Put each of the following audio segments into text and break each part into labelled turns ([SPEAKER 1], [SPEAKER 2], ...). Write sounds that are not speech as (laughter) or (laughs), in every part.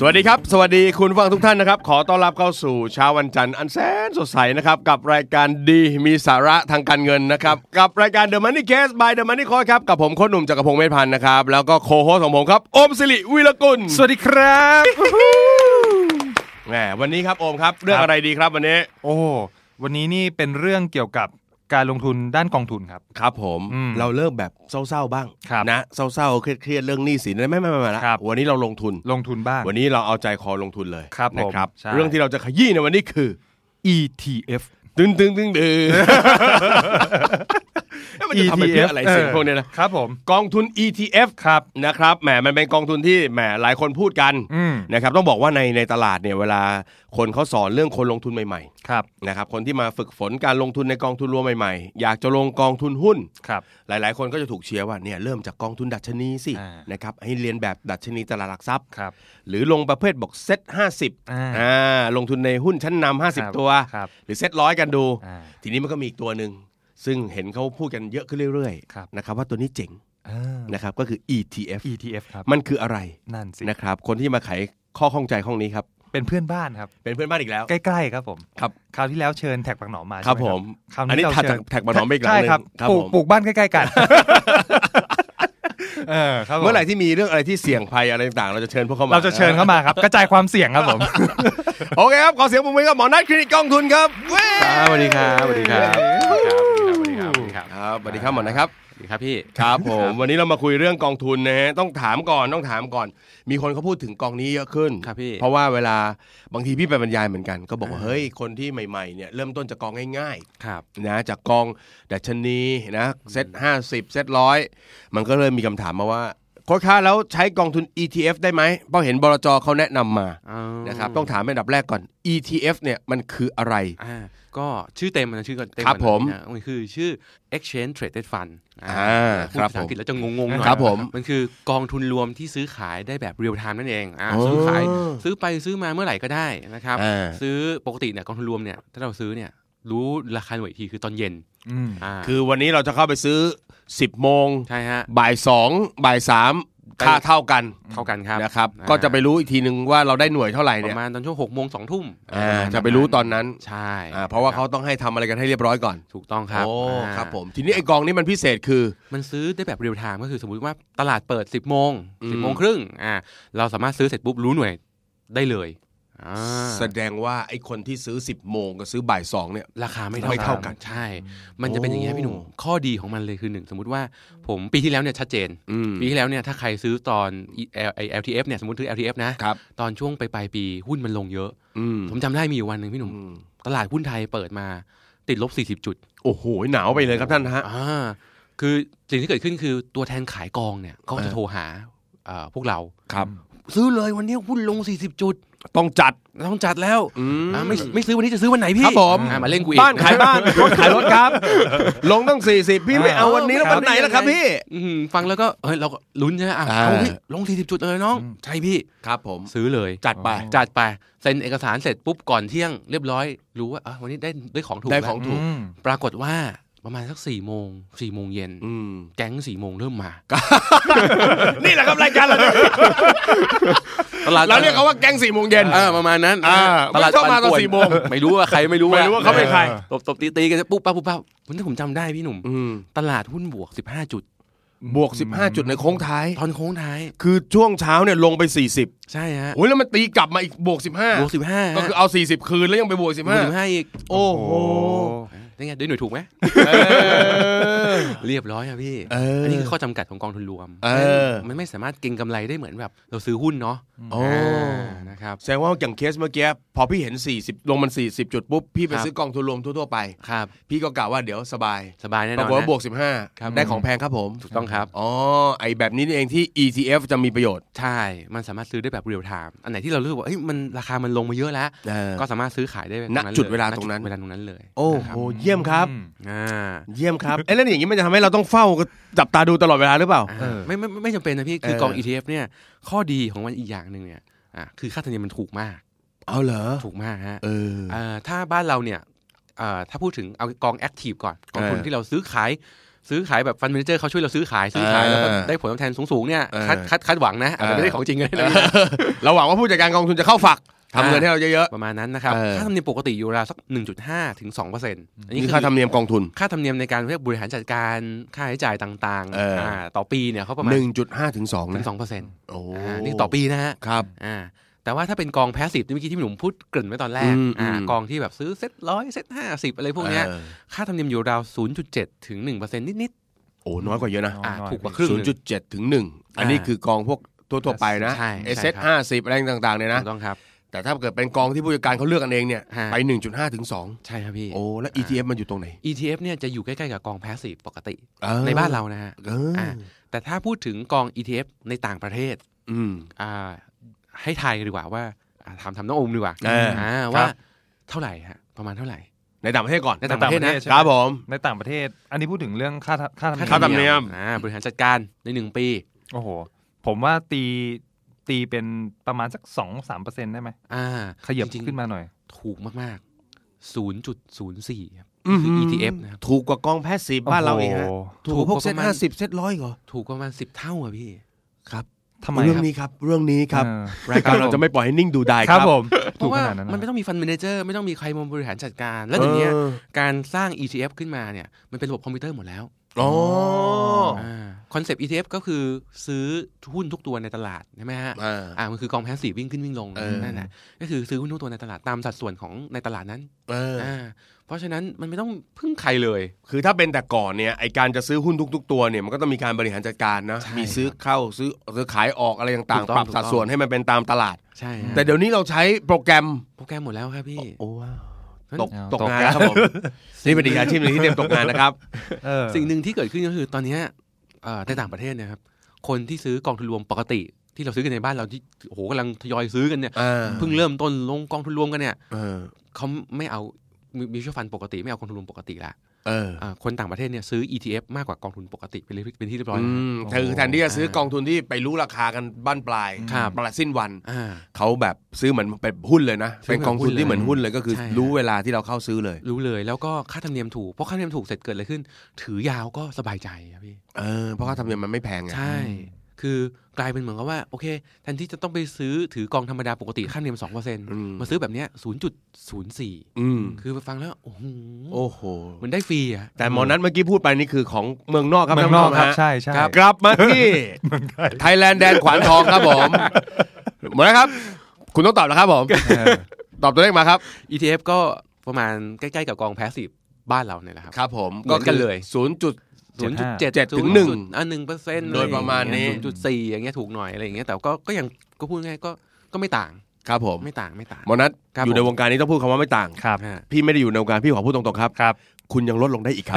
[SPEAKER 1] สวัสดีครับ สวัสดีคุณผู้ฟังทุกท่านนะครับ ขอต้อนรับเข้าสู่เช้าวันจันทร์อันแสนสดใสนะครับ กับรายการดีมีสาระทางการเงินนะครับ กับรายการ The Money Case by The Money Coach ครับ กับผมโค้ชหนุ่มจักรพงศ์เมธพันธ์นะครับ แล้วก็โคโฮสต์ของผมครับ โอมสิริวิรกุล
[SPEAKER 2] สวัสดีครับ
[SPEAKER 1] แหมวันนี้ครับโอมครับ เรื่อง
[SPEAKER 2] ครับ
[SPEAKER 1] อะไรดีครับวันนี้
[SPEAKER 2] โอ้ วันนี้นี่เป็นเรื่องเกี่ยวกับการลงทุนด้านกองทุนครับ
[SPEAKER 1] ครับผม
[SPEAKER 2] อืม
[SPEAKER 1] เราเลิกแบบเศร้าๆบ้าง
[SPEAKER 2] ครับ
[SPEAKER 1] นะเศร้าๆเครียดๆเรื่องหนี้สินไม่ไม่ไม่ไม่ละ
[SPEAKER 2] ครับ
[SPEAKER 1] วันนี้เราลงทุน
[SPEAKER 2] ลงทุนบ้าง
[SPEAKER 1] วันนี้เราเอาใจคอลงทุนเลย
[SPEAKER 2] ครับผม
[SPEAKER 1] นะครับ
[SPEAKER 2] ใช่
[SPEAKER 1] เรื่องที่เราจะขยี้ในวันนี้คือ
[SPEAKER 2] ETF
[SPEAKER 1] ตึงตึงตึง (laughs) ดึงเอ๊ะมันจะทำไปเพื่ออะไรเสียงพวกเนี้ยนะครับ
[SPEAKER 2] ผม
[SPEAKER 1] กองทุน ETF
[SPEAKER 2] ครับ
[SPEAKER 1] นะครับแหมมันเป็นกองทุนที่แหมหลายคนพูดกัน
[SPEAKER 2] อืม
[SPEAKER 1] นะครับต้องบอกว่าในในตลาดเนี่ยเวลาคนเขาสอนเรื่องคนลงทุนใหม่
[SPEAKER 2] ครับ
[SPEAKER 1] ๆนะครับคนที่มาฝึกฝนการลงทุนในกองทุนรวมใหม่ๆ อยากจะลงกองทุนหุ้น
[SPEAKER 2] ครับ
[SPEAKER 1] หลาย ๆ คนก็จะถูกเชียร์ว่าเนี่ยเริ่มจากกองทุนดัชนีสิ
[SPEAKER 2] อ่า
[SPEAKER 1] นะครับให้เรียนแบบดัชนีตลาดหลักทรัพย์
[SPEAKER 2] ครับ
[SPEAKER 1] หรือลงประเภทบอกเซ็ตห้าสิบ
[SPEAKER 2] อ่า
[SPEAKER 1] อ่าลงทุนในหุ้นชั้นนำห้าสิบ
[SPEAKER 2] ครับ
[SPEAKER 1] ตัว
[SPEAKER 2] ครับ
[SPEAKER 1] หรือเซ็ตร้อยกันดู
[SPEAKER 2] อ่า
[SPEAKER 1] ทีนี้มันก็มีอีกตัวหนึ่ง ซึ่งเห็นเขาพูดกันเยอะขึ้นเรื่อย
[SPEAKER 2] ครับ
[SPEAKER 1] ๆนะครับว่าตัวนี้เจ๋ง
[SPEAKER 2] อ่า
[SPEAKER 1] นะครับก็คือ ETF
[SPEAKER 2] ETF ครับ
[SPEAKER 1] มันคืออะไร
[SPEAKER 2] นั่นสิ
[SPEAKER 1] นะครับคนที่มาไขข้อข้องใจข้องนี้ครับ
[SPEAKER 2] เป็นเพื่อนบ้านครับ
[SPEAKER 1] เป็นเพื่อนบ้านอีกแล้ว
[SPEAKER 2] ใกล้ๆครับผม
[SPEAKER 1] ครับ
[SPEAKER 2] คราวที่แล้วเชิญแท็กปักหนอมมาใช่ไห
[SPEAKER 1] ครับผม
[SPEAKER 2] คราว
[SPEAKER 1] อันนี้
[SPEAKER 2] นี้เรา
[SPEAKER 1] ถัด
[SPEAKER 2] เชิ
[SPEAKER 1] จา
[SPEAKER 2] ญ
[SPEAKER 1] กแท็กปักหนอมไปอีกหลัง
[SPEAKER 2] ใช่
[SPEAKER 1] หนึ่ง
[SPEAKER 2] ครับ
[SPEAKER 1] ครับ
[SPEAKER 2] ปลู
[SPEAKER 1] ผ
[SPEAKER 2] ก
[SPEAKER 1] ม
[SPEAKER 2] ปลูกบ้านใกล้ๆ
[SPEAKER 1] (laughs)
[SPEAKER 2] กัน เออครับผ
[SPEAKER 1] เมื่อไหร่ที่มีเรื่องอะไรที่เสี่ยงภัยอะไรต่างๆ เราจะเชิญพวกเขามา
[SPEAKER 2] เราจะเชิญเข้ามาครับ กระจายความเสี่ยงครับผม
[SPEAKER 1] โอเคครับขอเสียงปรบมือกับหมอนัทคลินิกกองทุนครับเว้ย
[SPEAKER 3] ครับสวัสดีครับสวัสดีครับสวัสดีครับสวัสดีครับ
[SPEAKER 1] ครับสวัสดีครับหมอนัทครับ
[SPEAKER 3] สวัสดีครับพี่
[SPEAKER 1] ครับผมวันนี้เรามาคุยเรื่องกองทุนนะฮะต้องถามก่อนต้องถามก่อน มีคนเขาพูดถึงกองนี้เยอะขึ้น
[SPEAKER 3] ครับพี่
[SPEAKER 1] เพราะว่าเวลาบางทีพี่ไปบรรยายเหมือนกันก็บอกว่าเฮ้ยคนที่ใหม่ๆเนี่ยเริ่มต้นจากกองง่าย
[SPEAKER 3] ครับ
[SPEAKER 1] ๆนะจากกองดัชนีนะเซ็ตห้าสิบเซ็ตร้อยมันก็เริ่มมีคำถามมาว่าโค้ชคะแล้วใช้กองทุน ETF ได้ไหมเพราะเห็นบลจเขาแนะนำมานะครับต้องถามเป็นอันดับแรกก่อน ETF เนี่ยมันคืออะไร
[SPEAKER 3] อ่าก็ชื่อเต็มมันนะชื่อเต็ม
[SPEAKER 1] ครับผม
[SPEAKER 3] นนะมันคือชื่อ Exchange Traded Fund
[SPEAKER 1] อ่า
[SPEAKER 3] พูด
[SPEAKER 1] ครับ
[SPEAKER 3] ภาษาอังกฤษแล้วจะงงๆหน่อย
[SPEAKER 1] ครับผม
[SPEAKER 3] มันคือกองทุนรวมที่ซื้อขายได้แบบเรียลไทม์นั่นเองอ่า
[SPEAKER 1] อ๋อ
[SPEAKER 3] ซื้อขายซื้อไปซื้อมาเมื่อไหร่ก็ได้นะครับ
[SPEAKER 1] อ่า
[SPEAKER 3] ซื้อปกติเนี่ยกองทุนรวมเนี่ยถ้าเราซื้อเนี่ยรู้ราคาหน่วยอีกทีคือตอนเย็น
[SPEAKER 2] อืม
[SPEAKER 3] อ่า
[SPEAKER 1] คือวันนี้เราจะเข้าไปซื้อ 10โมง
[SPEAKER 3] ใช่ฮะ
[SPEAKER 1] บ่ายสองบ่ายสาม
[SPEAKER 3] ไป
[SPEAKER 1] ค่าเท่ากัน
[SPEAKER 3] เท่ากันครับ
[SPEAKER 1] นะครับ
[SPEAKER 3] อ่า
[SPEAKER 1] ก็จะไปรู้อีกทีหนึ่งว่าเราได้หน่วยเท่าไหร่
[SPEAKER 3] ป
[SPEAKER 1] เนี่ย
[SPEAKER 3] ระมาณตอนช่วงหกโมงสองทุ่ม
[SPEAKER 1] อ่าจะไปรู้ตอนนั้น
[SPEAKER 3] ใช่
[SPEAKER 1] อ่าเพราะว่าเขาต้องให้ทำอะไรกันให้เรียบร้อยก่อน
[SPEAKER 3] ถูกต้องครับ
[SPEAKER 1] โอ้
[SPEAKER 3] อ่า
[SPEAKER 1] ครับผมทีนี้ไอ้กองนี้มันพิเศษคือ
[SPEAKER 3] มันซื้อได้แบบเรียลไทม์ก็คือสมมุติว่าตลาดเปิด 10บโมง
[SPEAKER 1] อืม
[SPEAKER 3] 10บโมงครึ่งอ่าเราสามารถซื้อเสร็จปุ๊บรู้หน่วยได้เลยอ่า
[SPEAKER 1] แสดงว่าไอ้คนที่ซื้อ 10บโมงกับซื้อบ่ายสองเนี่ย
[SPEAKER 3] ราคาไม่
[SPEAKER 1] ไม่เท่า
[SPEAKER 3] เท่า
[SPEAKER 1] กั
[SPEAKER 3] กัน นใช่ มันจะเป็นอย่างนี้ยพี่หนุ่มข้อดีของมันเลยคือหนึ่งสมมติว่าผมปีที่แล้วเนี่ยชัดเจน
[SPEAKER 1] อืม
[SPEAKER 3] ปีที่แล้วเนี่ยถ้าใครซื้อตอน L- ไอ้ LTF เนี่ยสมมติซื้อ LTF นะครับ ตอนช่วงไปปลายปีหุ้นมันลงเยอะ
[SPEAKER 1] อืม
[SPEAKER 3] ผมจำได้มีอยู่วันหนึ่งพี่หนุ่ม ตลาดหุ้นไทยเปิดมาติดลบ 40 จุด
[SPEAKER 1] โอ้โหหนาวไปเลยครับท่านฮะ
[SPEAKER 3] (laughs) อ่าคือสิ่งที่เกิดขึ้นคือตัวแทนขายกองเนี่ยเขาก็จะโทรหาอ่าพวกเรา
[SPEAKER 1] ครับ
[SPEAKER 3] ซื้อเลยวันนี้หุ้นลง 40 จุด
[SPEAKER 1] ต้องจัด
[SPEAKER 3] ต้องจัดแล้ว
[SPEAKER 1] อืม
[SPEAKER 3] อ่ะไม่ไม่ซื้อวันนี้จะซื้อวันไหนพี่
[SPEAKER 1] ครับผม
[SPEAKER 3] อ่ะมาเล่นกูอีก
[SPEAKER 1] บ้านขายบ้านรถขายรถครับ ลงตั้ง 40 พี่ไม่เอาวันนี้แล้ว
[SPEAKER 3] ครั
[SPEAKER 1] วั
[SPEAKER 3] บ
[SPEAKER 1] นไหนล่ะครับพี่ (laughs)
[SPEAKER 3] อืมฟังแล้วก็เฮ้ยเราก็ลุ้นใช่ไหมอ่ะ
[SPEAKER 1] อ่า
[SPEAKER 3] เอาพี่ลง 40 จุดเลยน้อง ใช่พี่
[SPEAKER 1] ครับผม
[SPEAKER 3] ซื้อเลย
[SPEAKER 1] จัดไป
[SPEAKER 3] จัดไปเซ็นเอกสารเสร็จปุ๊บก่อนเที่ยงเรียบร้อย รู้ว่าอ่ะวันนี้ได้ได้ของถูก
[SPEAKER 1] ได้
[SPEAKER 3] แล้
[SPEAKER 1] ของ
[SPEAKER 3] ว
[SPEAKER 1] ถูก
[SPEAKER 2] อืม
[SPEAKER 3] ปรากฏว่าประมาณสัก4โมง4โมงเย็น
[SPEAKER 1] อืม
[SPEAKER 3] แก๊ง4โมงเริ่มมา
[SPEAKER 1] นี่แหละครับรายการเราเนี่ย
[SPEAKER 3] ตลาด
[SPEAKER 1] เราเรียกเขาว่าแก๊งสี่โมงเย็น
[SPEAKER 3] เออประมาณนั้น
[SPEAKER 1] อ่า
[SPEAKER 3] ตลาด
[SPEAKER 1] ไม่ชอบมาตอน
[SPEAKER 3] ปั่ป่ว
[SPEAKER 1] 4โมง
[SPEAKER 3] ไม่รู้ว่าใครไม่รู้
[SPEAKER 1] ไม่รู้ว่าเขาเป็นใคร
[SPEAKER 3] ตบตบตีตีกันปุ๊บปั๊บปุ๊บปั๊บวันนี้ผมจำได้พี่หนุ่ม ตลาดหุ้นบวก 15 จุด
[SPEAKER 1] บวก 15 จุดในโค้งท้าย
[SPEAKER 3] ตอนโค้งท้าย
[SPEAKER 1] คือช่วงเช้าเนี่ยลงไป 40
[SPEAKER 3] ใช่ฮะ
[SPEAKER 1] โอ้ยแล้วมันตีกลับมาอีกบวก
[SPEAKER 3] บวก
[SPEAKER 1] 15
[SPEAKER 3] 15
[SPEAKER 1] ก็คือเอา 40 คืนแล้วยังไปบวก
[SPEAKER 3] บวกสิบ
[SPEAKER 1] 15
[SPEAKER 3] ห้าอีก
[SPEAKER 1] โอ้โห
[SPEAKER 3] นี่ไงด้วยหน่วยถูกไหมเรียบร้อยอะพี่
[SPEAKER 1] เอออั
[SPEAKER 3] อันนี้คือข้อจำกัดของกองทุนรวม
[SPEAKER 1] เออ
[SPEAKER 3] มันไม่สามารถเก็งกำไรได้เหมือนแบบ เราซื้อหุ้นเนาะ
[SPEAKER 1] โอ้
[SPEAKER 3] อ่านะครับ
[SPEAKER 1] แสดงว่าอย่างเคสเมื่อกี้พอพี่เห็น 40 ลงมัน 40 จุดปุ๊บ พี่ไป
[SPEAKER 3] ครับ
[SPEAKER 1] ซื้อกองทุนรวมทั่วๆไป
[SPEAKER 3] ครับ
[SPEAKER 1] พี่ก็กล่าวว่าเดี๋ยวสบาย
[SPEAKER 3] สบายแน่น
[SPEAKER 1] ป
[SPEAKER 3] อ
[SPEAKER 1] ราน กฏว่า
[SPEAKER 3] นะ
[SPEAKER 1] บวก 15 ได้ของแพงครับผม
[SPEAKER 3] ถูกต้องครับ
[SPEAKER 1] อ๋อ ไอแบบนี้นี่เองที่ ETF จะมีประโยชน์
[SPEAKER 3] ใช่ มันสามารถซื้อได้แบบเรียลไทม์ อันไหนที่เรารู้สึกว่าเอ้ยมันราคามันลงมาเยอะแล้ว ก็สามารถซื้อขายได้แบบ
[SPEAKER 1] ณ
[SPEAKER 3] นั้นย
[SPEAKER 1] จุดเวลาตรงนั้น
[SPEAKER 3] ณจุดเวลาตรงนั้นเลย
[SPEAKER 1] โอ้
[SPEAKER 3] นะค
[SPEAKER 1] โห
[SPEAKER 3] รับ
[SPEAKER 1] เ ยี่ยมครับ
[SPEAKER 2] อืม
[SPEAKER 3] อ่า
[SPEAKER 1] เยี่ยมครับเอ้ยแล้วอย่างนี้มันจะทำให้เราต้องเฝ้าจับตาดูตลอดเวลาหรือเปล่า
[SPEAKER 3] อ่า
[SPEAKER 2] เออ
[SPEAKER 3] ไม่ไม่ไม่ไม่จำเป็นนะพี่ คือ
[SPEAKER 1] เออ
[SPEAKER 3] กอง ETF เนี่ย ข้อดีของมันอีกอย่างหนึ่งเนี่ยอ่าคือค่าธรรมเนียมมันถูกมาก
[SPEAKER 1] เอาเหรอ
[SPEAKER 3] ถูกมากฮะ
[SPEAKER 1] เออ
[SPEAKER 3] อ่าถ้าบ้านเราเนี่ยอ่าถ้าพูดถึงเอากองแอคทีฟก่อนกองทุน
[SPEAKER 1] เออ
[SPEAKER 3] ที่เราซื้อขาย ซื้อขายแบบฟันเมนเจอร์เขาช่วยเราซื้อขายซื้อขายแล้วก็
[SPEAKER 1] เออ
[SPEAKER 3] ได้ผลตอบแทนสูงๆเนี่ย
[SPEAKER 1] เออ
[SPEAKER 3] คาดคาดคาดหวังนะอาจ
[SPEAKER 1] เอ
[SPEAKER 3] จะ
[SPEAKER 1] อ
[SPEAKER 3] ไม่ได้ของจริงก็ได้นะ
[SPEAKER 1] (laughs) เราหวังว่าผู้จัดการกองทุนจะเข้าฝักทำเงินให้เราเยอะ
[SPEAKER 3] ประมาณนั้นนะครับ
[SPEAKER 1] เออ
[SPEAKER 3] ค่าธรรมเนียมปกติอยู่ราวสัก 1.5 ถึง 2%อั
[SPEAKER 1] ๆ
[SPEAKER 3] น
[SPEAKER 1] นี่
[SPEAKER 3] นี้
[SPEAKER 1] คือ
[SPEAKER 3] คื
[SPEAKER 1] ค่า
[SPEAKER 3] อ
[SPEAKER 1] ธรรมเนียมกองทุน
[SPEAKER 3] ค่าธรรมเนียมในการเรียกบริหารจัดการค่าใช้จ่ายต่าง
[SPEAKER 1] เอออ่
[SPEAKER 3] าต่อปีเนี่ยเขาประมาณ
[SPEAKER 1] 1.5ถึง2
[SPEAKER 3] ถึ
[SPEAKER 1] นะ
[SPEAKER 3] ง2%อ
[SPEAKER 1] โอ้
[SPEAKER 3] ่านี่ต่อปีนะฮะ
[SPEAKER 1] ครับ
[SPEAKER 3] อ่าแต่ว่าถ้าเป็นกองแพสซีฟที่เมื่อกี้ที่พี่หนุ่มพูดเกริ่นไว้ตอนแรก
[SPEAKER 1] อืม
[SPEAKER 3] อ่า
[SPEAKER 1] อืม
[SPEAKER 3] กองที่แบบซื้อเซ็ตร้อยเซ็ตห้าสิบอะไรพวกเนี้ย
[SPEAKER 1] ออ
[SPEAKER 3] ค่าธรรมเนียมอยู่ราว 0.7 ถึง 1%นิด
[SPEAKER 1] โอ้น้อยกว่าเยอะนะ
[SPEAKER 3] ๆ อ่า
[SPEAKER 2] น้อย
[SPEAKER 3] ถูกกว่าครึ่งหนึ่ง
[SPEAKER 1] 0.7 ถึง 1 อันนี้คือกองพวกทั่วๆไปนะ
[SPEAKER 3] ใช่
[SPEAKER 1] เอ
[SPEAKER 3] ใช่
[SPEAKER 1] เซ
[SPEAKER 3] ครับ
[SPEAKER 1] ห้าสิบอะไรต่างๆเนี่ยนะ
[SPEAKER 3] ถูกต้องครับ
[SPEAKER 1] แต่ถ้าเกิดเป็นกองที่ผู้จัดการเขาเลือกกันเองเนี่ย
[SPEAKER 3] ฮะ
[SPEAKER 1] ไป 1.5 ถึง 2
[SPEAKER 3] ใช่ครับพี่
[SPEAKER 1] โอ้ แล้ว ETF มันอยู่ตรงไหน
[SPEAKER 3] ETF เนี่ยจะอยู่ใกล้ ๆ กับกองแพสซีฟปกติ
[SPEAKER 1] เออ
[SPEAKER 3] ในบ้านเรานะฮะ
[SPEAKER 1] เอออ่
[SPEAKER 3] าแต่ถ้าพูดถึงกอง ETF ในต่างประเทศ
[SPEAKER 1] อืม
[SPEAKER 3] อ่าให้ทายดีกว่าว่าอ่าถามถามน้องโอมดีกว่า
[SPEAKER 1] เอออ่
[SPEAKER 3] า
[SPEAKER 1] ครับ
[SPEAKER 3] ว่าเท่าไหร่ฮะประมาณเท่าไหร่
[SPEAKER 1] ในต่างประเทศก่อน
[SPEAKER 3] ในต่างประเทศ
[SPEAKER 2] ใน
[SPEAKER 3] นะ
[SPEAKER 2] ต่างประเทศใช่ไหม
[SPEAKER 1] ครับผม
[SPEAKER 2] ในต่างประเทศ อันนี้พูดถึงเรื่องค่าค่าธรรมเนียม
[SPEAKER 1] ค่าธรรมเนียม
[SPEAKER 3] อ่าบริหารจัดการในหนึ่งปี
[SPEAKER 2] โอ้โห ผมว่าตีตีเป็นประมาณสักสองสามเปอร์เซ็นต์ได้ไหม
[SPEAKER 3] อ่า
[SPEAKER 2] ขยับ
[SPEAKER 3] จริงๆ
[SPEAKER 2] ขึ้นมาหน่อย
[SPEAKER 3] ถูกมากๆศูนย์จุดศูนย์สี่ครับ
[SPEAKER 1] อืม
[SPEAKER 3] คือ ETF นะครับ
[SPEAKER 1] ถูกกว่ากองแพทย์สีบ้านเราอีกฮะ
[SPEAKER 2] โอ้โห
[SPEAKER 1] ถูกกว่าพวก
[SPEAKER 3] ถู
[SPEAKER 1] เซ็
[SPEAKER 3] ก
[SPEAKER 1] ต
[SPEAKER 3] กว่าประมาณ
[SPEAKER 1] ห้าสิบเซ็ตร้อยเหรอ
[SPEAKER 3] ถูกประมาณสิบเท่าอะพี่
[SPEAKER 1] ครับ
[SPEAKER 2] ทำไม
[SPEAKER 1] เรื่อ
[SPEAKER 2] ค
[SPEAKER 1] ง
[SPEAKER 2] รับ
[SPEAKER 1] นี้ครับเรื่องนี้ครับ
[SPEAKER 2] เออ
[SPEAKER 1] รายการเราจะไม่ปล่อยให้นิ่งดูดาย
[SPEAKER 2] ครับผม
[SPEAKER 3] เพ
[SPEAKER 2] ถูก
[SPEAKER 3] ราะ
[SPEAKER 2] ข
[SPEAKER 3] ว่า
[SPEAKER 2] นาดนั้น
[SPEAKER 3] มัน
[SPEAKER 2] นะ
[SPEAKER 3] ไม่ต้องมีฟัน m ม n เจอร์ไม่ต้องมีใครมาบริหารจัดการ แล้วเดี๋ยวนี้
[SPEAKER 1] เออ
[SPEAKER 3] การสร้าง ETF ขึ้นมาเนี่ยมันเป็นระบบคอมพิวเตอร์หมดแล้ว
[SPEAKER 1] อ๋อ
[SPEAKER 3] คอนเซปต์ ETF ก็คือซื้อหุ้นทุกตัวในตลาดใช่ไหมฮะ
[SPEAKER 1] อ่า
[SPEAKER 3] อ่ามันคือกองแพสซีฟวิ่งขึ้นวิ่งลง
[SPEAKER 1] เออ
[SPEAKER 3] นั่นแหละก็คือซื้อหุ้นทุกตัวในตลาดตามสัดส่วนของในตลาดนั้น
[SPEAKER 1] เออ
[SPEAKER 3] ่าเพราะฉะนั้นมันไม่ต้องพึ่งใครเลย
[SPEAKER 1] คือถ้าเป็นแต่ก่อนเนี่ยไอการจะซื้อหุ้นทุก ๆ ตัวเนี่ยมันก็ต้องมีการบริหารจัดการนะ
[SPEAKER 3] ใช่
[SPEAKER 1] มีซื้อเข้าซื้อซื้อขายออกอะไรต่าง
[SPEAKER 3] ถูกต้
[SPEAKER 1] ๆ
[SPEAKER 3] อง
[SPEAKER 1] ปรับ
[SPEAKER 3] ถูก
[SPEAKER 1] สั
[SPEAKER 3] ต้อง
[SPEAKER 1] ดส่วนให้มันเป็นตามตลาด
[SPEAKER 3] ใช่
[SPEAKER 1] แต่เดี๋ยวนี้เราใช้โปรแกรม
[SPEAKER 3] โปรแกรมหมดแล้วครับพี่
[SPEAKER 1] โอ้ว้าวตก
[SPEAKER 2] เอา
[SPEAKER 1] ตก
[SPEAKER 2] ตก
[SPEAKER 1] งานครับผมนี่เป็นอีกอาชีพหนึงที่เตรียมตกงานนะครับ
[SPEAKER 2] เออ
[SPEAKER 3] สิ่งหนึ่งที่เกิดขึ้นก็คือตอนเนี้ยเอ่อในต่างประเทศเนะครับ คนที่ซื้อกองทุนรวมปกติ ที่เราซื้อกันในบ้านเราที่โอ้โหกำลังทยอยซื้อกันเนี่ย
[SPEAKER 1] เออ
[SPEAKER 3] เพิ่งเริ่มต้นลงกองทุนรวมกันเนี่ย
[SPEAKER 1] เออ
[SPEAKER 3] เขาไม่เอามิวชั่ฟันปกติไม่เอากองทุนรวมปกติละ
[SPEAKER 1] เออ
[SPEAKER 3] อ่าคนต่างประเทศเนี่ยซื้อ ETF มากกว่ากองทุนปกติเป็นเรื่องเป็นที่เรียบร้อยแล้ว
[SPEAKER 1] มคือแทนที่จะซื้อกองทุนที่ไปรู้ราคากันบ้านปลาย
[SPEAKER 3] ครับ
[SPEAKER 1] ประสิ้นวัน
[SPEAKER 3] อ่า
[SPEAKER 1] เขาแบบซื้อเหมือนเป็นหุ้นเลยนะ
[SPEAKER 3] ซื้อ
[SPEAKER 1] เป็นกองทุนที่เหมือนหุ้นเลยก็คือ
[SPEAKER 3] ใช่
[SPEAKER 1] รู้เวลาที่เราเข้าซื้อเลย
[SPEAKER 3] รู้เลยแล้วก็ค่าธรรมเนียมถูกเพราะค่าธรรมเนียมถูกเสร็จเกิดอะไรขึ้น ถือยาวก็สบายใจครับพี่
[SPEAKER 1] เออเพราะค่าธรรมเนียมมันไม่แพงไง
[SPEAKER 3] ใช่ คือกลายเป็นเหมือนกับว่าโอเคแทนที่จะต้องไปซื้อถือกองธรรมดาปกติค่าธรรมเนียมสองเปอร์เซ็นต์
[SPEAKER 1] อืม
[SPEAKER 3] มาซื้อแบบเนี้ยศูนย์จุดศูนย์สี่
[SPEAKER 1] อืม
[SPEAKER 3] คือไปฟังแล้วโอ้โห
[SPEAKER 1] โอ้โห
[SPEAKER 3] เหมันได้ฟรีอะ
[SPEAKER 1] แต่หมอนัทเมื่อกี้พูดไปนี่คือของเมืองนอกครับ
[SPEAKER 2] เมืองนอกครั
[SPEAKER 1] ท่า
[SPEAKER 2] บ
[SPEAKER 1] ผู้ชมฮะ
[SPEAKER 2] ใช่ใช่
[SPEAKER 1] ครับกลับมาที่ไทยแลนด์แดนขวานทองครับผม หมดแล้วครับ คุณต้องตอบแล้วครับผม
[SPEAKER 2] เออ
[SPEAKER 1] ตอบตัวเลขมาครับ
[SPEAKER 3] อีทีเอฟก็ประมาณใกล้ๆกับกองแพสซีฟบ้านเราเนี่ยแหละครับ
[SPEAKER 1] ครับผม
[SPEAKER 3] เหมือนกันเลย
[SPEAKER 1] ศูนย์จุด
[SPEAKER 3] ศูนย์จุด
[SPEAKER 2] 75
[SPEAKER 3] เจ็ด
[SPEAKER 1] ถึงหนึ่ง
[SPEAKER 3] อ่ะหนึ่งเปอร์เซ็นต์
[SPEAKER 1] โดยประมาณนี้
[SPEAKER 3] ศูนย์จุดสี่อย่างเงี้ยถูกหน่อยอะไรอย่างเงี้ยแต่ก็ก็ยังก็พูดง่ายๆก็ก็ไม่ต่าง
[SPEAKER 1] ครับผม
[SPEAKER 3] ไม่ต่างไม่ต่าง
[SPEAKER 1] หมอนัท
[SPEAKER 3] ครับ
[SPEAKER 1] อยู่ใน
[SPEAKER 3] ผม
[SPEAKER 1] วงการนี้ต้องพูดคำว่าไม่ต่าง
[SPEAKER 2] ครับ
[SPEAKER 3] อ่า
[SPEAKER 1] พี่ไม่ได้อยู่ในวงการพี่ขอพูดตรงๆครับ
[SPEAKER 2] ครับ
[SPEAKER 1] คุณยังลดลงได้อีกครับ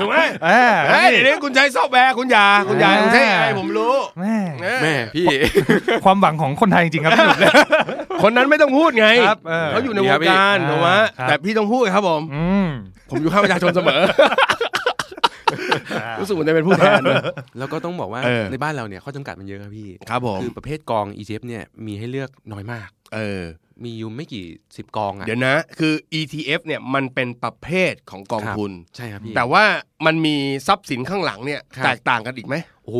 [SPEAKER 1] ถูกไหม
[SPEAKER 2] แม่
[SPEAKER 1] เฮ้ยเดี๋ยวนี้คุณใช้ซอฟต์แวร์คุณอยาคุณอยาคุณใช้อะไรผมรู้
[SPEAKER 2] แม่
[SPEAKER 3] แม่พี่
[SPEAKER 2] ความหวังของคนไทยจริง
[SPEAKER 1] (laughs)
[SPEAKER 2] ๆครับพี่หนุ่มเลย
[SPEAKER 1] คนนั้นไม่ต้องพูดไง
[SPEAKER 2] ครับเออ
[SPEAKER 1] เขาอยู่ในวงการ
[SPEAKER 2] ดีครับพี่
[SPEAKER 1] ถูกไหม
[SPEAKER 2] ครับ
[SPEAKER 1] แต่พี่ต้องพูดครับผม
[SPEAKER 2] อืม
[SPEAKER 1] ผมอยู่ข้างประชาชนเสมอ รู้สึกเหมือนจะเป็นผู้แทนนะ
[SPEAKER 3] แล้วก็ต้องบอกว่า
[SPEAKER 1] เออ
[SPEAKER 3] ในบ้านเราเนี่ยข้อจำกัดมันเยอะครับพี่
[SPEAKER 1] ครับผม
[SPEAKER 3] คือประเภทกอง ETF เนี่ยมีให้เลือกน้อยมาก
[SPEAKER 1] เออ
[SPEAKER 3] มีอยู่ไม่กี่สิบกองอ่ะ
[SPEAKER 1] เดี๋ยวนะ คือ ETF เนี่ยมันเป็นประเภทของกองทุน
[SPEAKER 3] ใช่ครับพี่
[SPEAKER 1] แต่ว่ามันมีทรัพย์สินข้างหลังเนี่ย
[SPEAKER 3] ครับ
[SPEAKER 1] แตกต่างกันอีกไหม
[SPEAKER 3] โอ้โห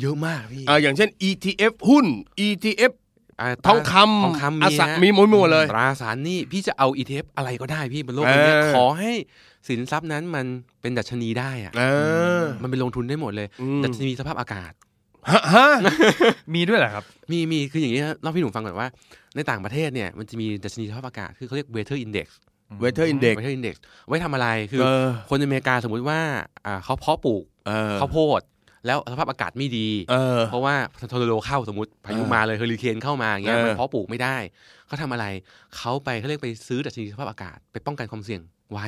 [SPEAKER 3] เยอะมากพี่
[SPEAKER 1] เอออย่างเช่น ETF หุ้น ETF
[SPEAKER 3] อ่า
[SPEAKER 1] ทองคำ
[SPEAKER 3] ทองคำ
[SPEAKER 1] อสัง
[SPEAKER 3] ฮะ
[SPEAKER 1] มีหมดหมดเลย
[SPEAKER 3] ตราสารหนี่พี่จะเอา ETF อะไรก็ได้พี่บนโลกใบนี้
[SPEAKER 1] เออ
[SPEAKER 3] ขอให้สินทรัพย์นั้นมันเป็นดัชนีได้อ่ะ
[SPEAKER 1] เออ
[SPEAKER 3] มันเป็นลงทุนได้หมดเลย
[SPEAKER 1] อืม
[SPEAKER 3] ดัชนีสภาพอากาศ
[SPEAKER 1] ฮะฮะ
[SPEAKER 2] มีด้วยเหรอครับ
[SPEAKER 3] มีมีคืออย่างนี้นะเล่าให้พี่หนุ่มฟังก่อนว่า ในต่างประเทศเนี่ยมันจะมีดัชนีสภาพอากาศคือเขาเรียก weather index
[SPEAKER 1] เวเทอร์อินเด็ก
[SPEAKER 3] weather index ไว้ทำอะไรคือ
[SPEAKER 1] เออ
[SPEAKER 3] คนอเมริกาสมมุติว่าอ่าเขาเพาะปลูก
[SPEAKER 1] เออ
[SPEAKER 3] ข้าวโพด แล้วสภาพอากาศไม่ดี
[SPEAKER 1] เออ
[SPEAKER 3] เพราะว่าทอร์นาโดเข้าสมมติพายุ
[SPEAKER 1] เออ
[SPEAKER 3] มาเลยเฮอริเคนเข้ามาอย่างเงี้ย
[SPEAKER 1] เออ
[SPEAKER 3] มันเพาะปลูกไม่ได้เขาทำอะไรเขาไปเขาเรียกไปซื้อดัชนีสภาพอากาศ ไปป้องกันความเสี่ยงไว้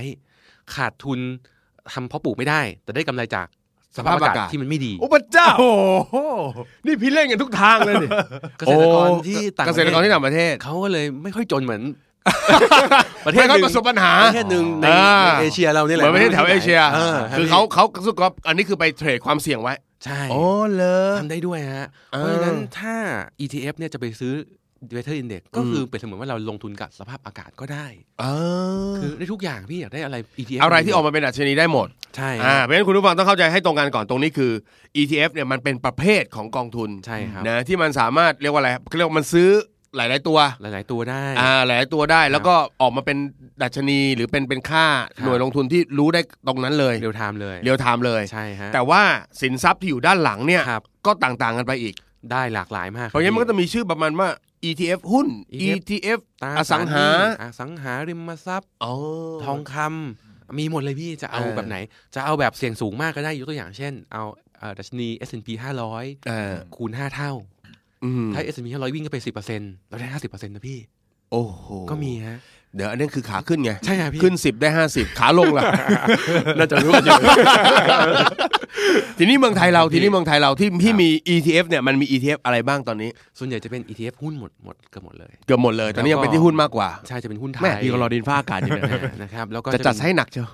[SPEAKER 3] ขาดทุนทำเพาะปลูกไม่ได้ แต่ได้กำไรจากสภาพอากาศที่มันไม่ดี
[SPEAKER 1] โอ้พระเจ้านี่พี่เล่นกันทุกทางเลยนี่
[SPEAKER 3] เกษตรกรที่ต่าง
[SPEAKER 1] เกษตรกรที่ต่างประเทศ
[SPEAKER 3] เขาก็เลยไม่ค่อยจนเหมือน ประเท
[SPEAKER 1] ไม่ค่อย
[SPEAKER 3] ศหนึ่ง
[SPEAKER 1] ประสบปัญหา
[SPEAKER 3] ประเทศหนึ่งใน
[SPEAKER 1] อ่า
[SPEAKER 3] ในเอเชียเราเนี่ยแห
[SPEAKER 1] เห
[SPEAKER 3] ละ
[SPEAKER 1] มือนประเทศแถวเอเชีย คื
[SPEAKER 3] คืออ
[SPEAKER 1] เขา
[SPEAKER 3] เขา
[SPEAKER 1] เขารู้สึกว่าอันนี้คือไปเทรดความเสี่ยงไว้
[SPEAKER 3] ใช่
[SPEAKER 1] เล
[SPEAKER 3] ทำได้ด้วยฮะ
[SPEAKER 1] เออ
[SPEAKER 3] เพราะฉะนั้นถ้า ETF เนี่ยจะไปซื้อ Weather Index ก็คือเป็นเสมือนว่าเราลงทุนกับสภาพอากาศก็ได้
[SPEAKER 1] เออ
[SPEAKER 3] คือได้ทุกอย่างพี่อยากได้อะไร ETF
[SPEAKER 1] อะไรที่ออกมาเป็นดัชนีได้หมด
[SPEAKER 3] ใช่
[SPEAKER 1] อ่า
[SPEAKER 3] ฮะ
[SPEAKER 1] เพราะฉะนั้นคุณผู้ฟังต้องเข้าใจให้ตรงกันก่อนตรงนี้คือ ETF เนี่ยมันเป็นประเภทของกองทุน
[SPEAKER 3] ใช่ครับ
[SPEAKER 1] นะที่มันสามารถเรียกว่าอะไรเขาเรียกว่ามันซื้อหลาย ๆ ตัว
[SPEAKER 3] หลาย ๆ ตัวได้
[SPEAKER 1] อ่าหลายๆตัวได้ แล้วก็ออกมาเป็นดัชนีหรือเป็นเป็นค่า
[SPEAKER 3] ครับ
[SPEAKER 1] หน่วยลงทุนที่รู้ได้ตรงนั้นเลย
[SPEAKER 3] เรียลไทม์เลย
[SPEAKER 1] เรียลไทม์เลย
[SPEAKER 3] ใช่ฮะ
[SPEAKER 1] แต่ว่าสินทรัพย์ที่อยู่ด้านหลังเนี่ย
[SPEAKER 3] ครับ
[SPEAKER 1] ก็ต่างๆกันไปอีก
[SPEAKER 3] ได้หลากหลายมากค
[SPEAKER 1] เพ
[SPEAKER 3] บ
[SPEAKER 1] ราะงั้นมัน
[SPEAKER 3] พี่
[SPEAKER 1] ก็จะมีชื่อประมาณว่า ETF หุ้น ETF
[SPEAKER 3] ตรา
[SPEAKER 1] อสังหา
[SPEAKER 3] รหนี้อสังหาริมทรัพย์
[SPEAKER 1] อ๋อ
[SPEAKER 3] ทองคำมีหมดเลยพี่จะเอา
[SPEAKER 1] เออ
[SPEAKER 3] แบบไหน จะเอาแบบเสี่ยงสูงมากก็ได้ยกตัวอย่างเช่น เอาเอ่อดัชนี S&P 500
[SPEAKER 1] เออ
[SPEAKER 3] คูณ 5 เท่า
[SPEAKER 1] อืม
[SPEAKER 3] ถ้า S&P 500 วิ่งก็ไป 10%เราได้ 50%นะพี่
[SPEAKER 1] โอ้โห
[SPEAKER 3] ก็มีฮะ
[SPEAKER 1] เดี๋ยวอันนี้คือขาขึ้นไง
[SPEAKER 3] ใช่ฮะพี่
[SPEAKER 1] ขึ้น 10 ได้ 50 ขาลง
[SPEAKER 3] (laughs)
[SPEAKER 1] ล่ะ น่าจะ (laughs) รู้กันอยู่ ทีนี้เมืองไท
[SPEAKER 3] (laughs)
[SPEAKER 1] ยเราทีนี้เมืองไทยเราที่ที่มี ETF เนี่ยมันมี ETF อะไรบ้างตอนนี้
[SPEAKER 3] ส่วนใหญ่จะเป็น ETF หุ้นหมดหมดเกือบหมดเลย
[SPEAKER 1] เกือบหมดเลย ตอนนี้ยังเป็นที่หุ้นมากกว่า
[SPEAKER 3] ใช่จะเป็นหุ้นไท
[SPEAKER 1] แม่
[SPEAKER 3] ย
[SPEAKER 1] พี่ก็รอดินฟ้าอากาศอยู่เนี่ย
[SPEAKER 3] นะครับ (laughs) แล้วก็
[SPEAKER 1] จะจัดให้หนักเชียว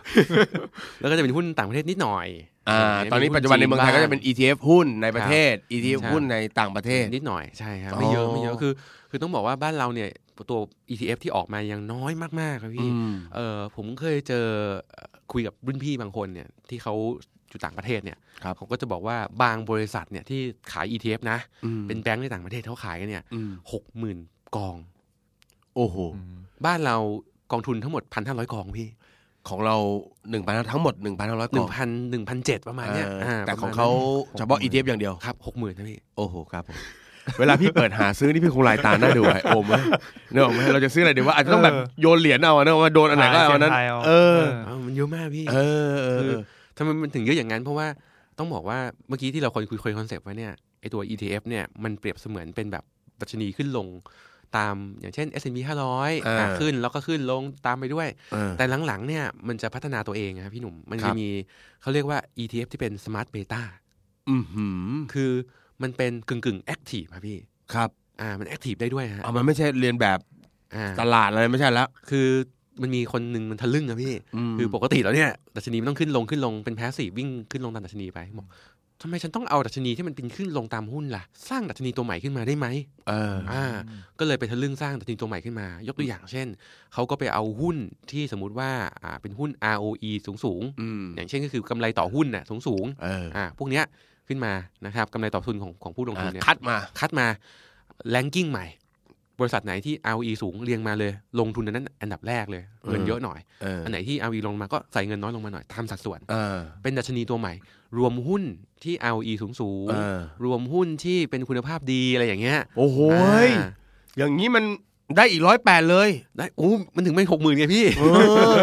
[SPEAKER 3] แล้วก็จะเป็นหุ้นต่างประเทศนิดหน่อย
[SPEAKER 1] อ่า
[SPEAKER 3] ใช่
[SPEAKER 1] ตอนนี้ปัจจุบันในเมืองไทยก็จะเป็น
[SPEAKER 3] บ้า
[SPEAKER 1] ETF หุ้นในประเทศ ETF
[SPEAKER 3] ครับ
[SPEAKER 1] หุ้นในต่างประเทศ
[SPEAKER 3] นิดหน่อยใช่ครับไม่เยอะ
[SPEAKER 1] อ๋อ
[SPEAKER 3] ไม่เยอะคือ คือต้องบอกว่าบ้านเราเนี่ยตัว ETF ที่ออกมายังน้อยมากๆครับ
[SPEAKER 1] อื
[SPEAKER 3] พี่
[SPEAKER 1] ม
[SPEAKER 3] เออผมเคยเจอเอ่อคุยกับรุ่นพี่บางคนเนี่ยที่เขาอยู่ต่างประเทศเนี่ย
[SPEAKER 1] ครับ
[SPEAKER 3] ผมก็จะบอกว่าบางบริษัทเนี่ยที่ขาย ETF นะ
[SPEAKER 1] อืม
[SPEAKER 3] เป็นแบงก์ในต่างประเทศเขาขายกันเนี่ย
[SPEAKER 1] อืม
[SPEAKER 3] หกหมื่นกอง
[SPEAKER 1] โอ้โห
[SPEAKER 2] อืม
[SPEAKER 3] บ้านเรากองทุนทั้งหมดพันห้าร้อยกองพี่
[SPEAKER 1] ของเรา1,000ทั้งหมด 1,500
[SPEAKER 3] ห
[SPEAKER 1] ก
[SPEAKER 3] นึ่
[SPEAKER 1] อง
[SPEAKER 3] งพันหนึ่งพันเจ็ดประมาณเนี้ย
[SPEAKER 1] เออแต่
[SPEAKER 3] ประมณ
[SPEAKER 1] ของเขา
[SPEAKER 3] นั้น
[SPEAKER 1] เฉพาะ ETF อย่างเดียว
[SPEAKER 3] ครับหกหมื่นนะพี่
[SPEAKER 1] โอ้โหครับผม เวลาพี่เปิดหาซื้อนี่พี่คงลายตาหน้าดูไอ้โอมเว้ยเนกอะไหมเราจะซื้ออะไรดีว่าอาจจะต้องแบบโยนเหรียญเอาอะเนกอะว่าโดนอันไหนก็เอาอันนั้น
[SPEAKER 2] สียงไทยา
[SPEAKER 1] เออ
[SPEAKER 3] อ้าวมันเยอะมากพี่
[SPEAKER 1] เออเออเออ
[SPEAKER 3] ทำไมมันถึงเยอะอย่างนั้น เพราะว่าต้องบอกว่าเมื่อกี้ที่เราคุยคุยคอนเซปต์ไว้เนี่ยไอตัว ETF เนี่ยมันเปรียบเสมือนเป็นแบบดัชนีขึ้นลงตามอย่างเช่น S&P 500
[SPEAKER 1] อ่า
[SPEAKER 3] อ่ะขึ้นแล้วก็ขึ้นลงตามไปด้วย
[SPEAKER 1] เออ
[SPEAKER 3] แต่หลังๆเนี่ยมันจะพัฒนาตัวเองนะครับพี่หนุ่ม มัน
[SPEAKER 1] ครั
[SPEAKER 3] จะ
[SPEAKER 1] บ
[SPEAKER 3] มีเขาเรียกว่า ETF ที่เป็น Smart Beta
[SPEAKER 1] อือหือ
[SPEAKER 3] คือมันเป็นกึ่งกึ่งๆ Active ครับพี่
[SPEAKER 1] ครับ
[SPEAKER 3] อ่ามัน Active ได้ด้วยฮะ
[SPEAKER 1] เอามันไม่ใช่เรียนแบบ
[SPEAKER 3] อ่า
[SPEAKER 1] ตลาดอะไรไม่ใช่แล้ว
[SPEAKER 3] คือมันมีคนหนึ่งมันทะลึ่งนะพี่
[SPEAKER 1] ม
[SPEAKER 3] คือปกติแล้วเนี่ยดัชนีมันต้องขึ้นลงขึ้นลงเป็นแพสซีฟวิ่งขึ้นลงตามดัชนีไปบอกทำไมฉันต้องเอาดัชนีที่มันเป็นขึ้นลงตามหุ้นล่ะ สร้างดัชนีตัวใหม่ขึ้นมาได้ไหม
[SPEAKER 1] เออ
[SPEAKER 3] อ่า ก็เลยไปทะลึ่งสร้างดัชนีตัวใหม่ขึ้นมา ยกตัวอย่างเช่นเขาก็ไปเอาหุ้นที่สมมุติว่าอ่าเป็นหุ้น ROE สูงสูง
[SPEAKER 1] อืม
[SPEAKER 3] ๆอย่างเช่นก็คือกำไรต่อหุ้นน่ะสูงสูง
[SPEAKER 1] เออ
[SPEAKER 3] ๆอ่าพวกเนี้ยขึ้นมานะครับกำไรต่อทุนของของผู้ลงทุนเนี่ย
[SPEAKER 1] คัดมา
[SPEAKER 3] คัดมาแลนกิ้งใหม่ บริษัทไหนที่ ROE สูงเรียงมาเลย ลงทุนอันนั้นอันดับแรกเลยเงินเยอะหน่อย
[SPEAKER 1] เออ
[SPEAKER 3] อันไหนที่ ROE ลงมาก็ใส่เงินน้อยลงมาหน่อยตามสัดส่วน
[SPEAKER 1] เออ
[SPEAKER 3] เป็นดัชนีตัวใหม่ รวมหุ้นที่ ROE สูงสูง
[SPEAKER 1] เออ
[SPEAKER 3] ๆรวมหุ้นที่เป็นคุณภาพดีอะไรอย่างเงี้ย
[SPEAKER 1] โอ้โหย
[SPEAKER 3] อ่า
[SPEAKER 1] อย่างนี้มันได้อีกร้อยแปดเลย
[SPEAKER 3] ได้โอ้มันถึงไม่หกหมื่นไงพี่
[SPEAKER 1] เออ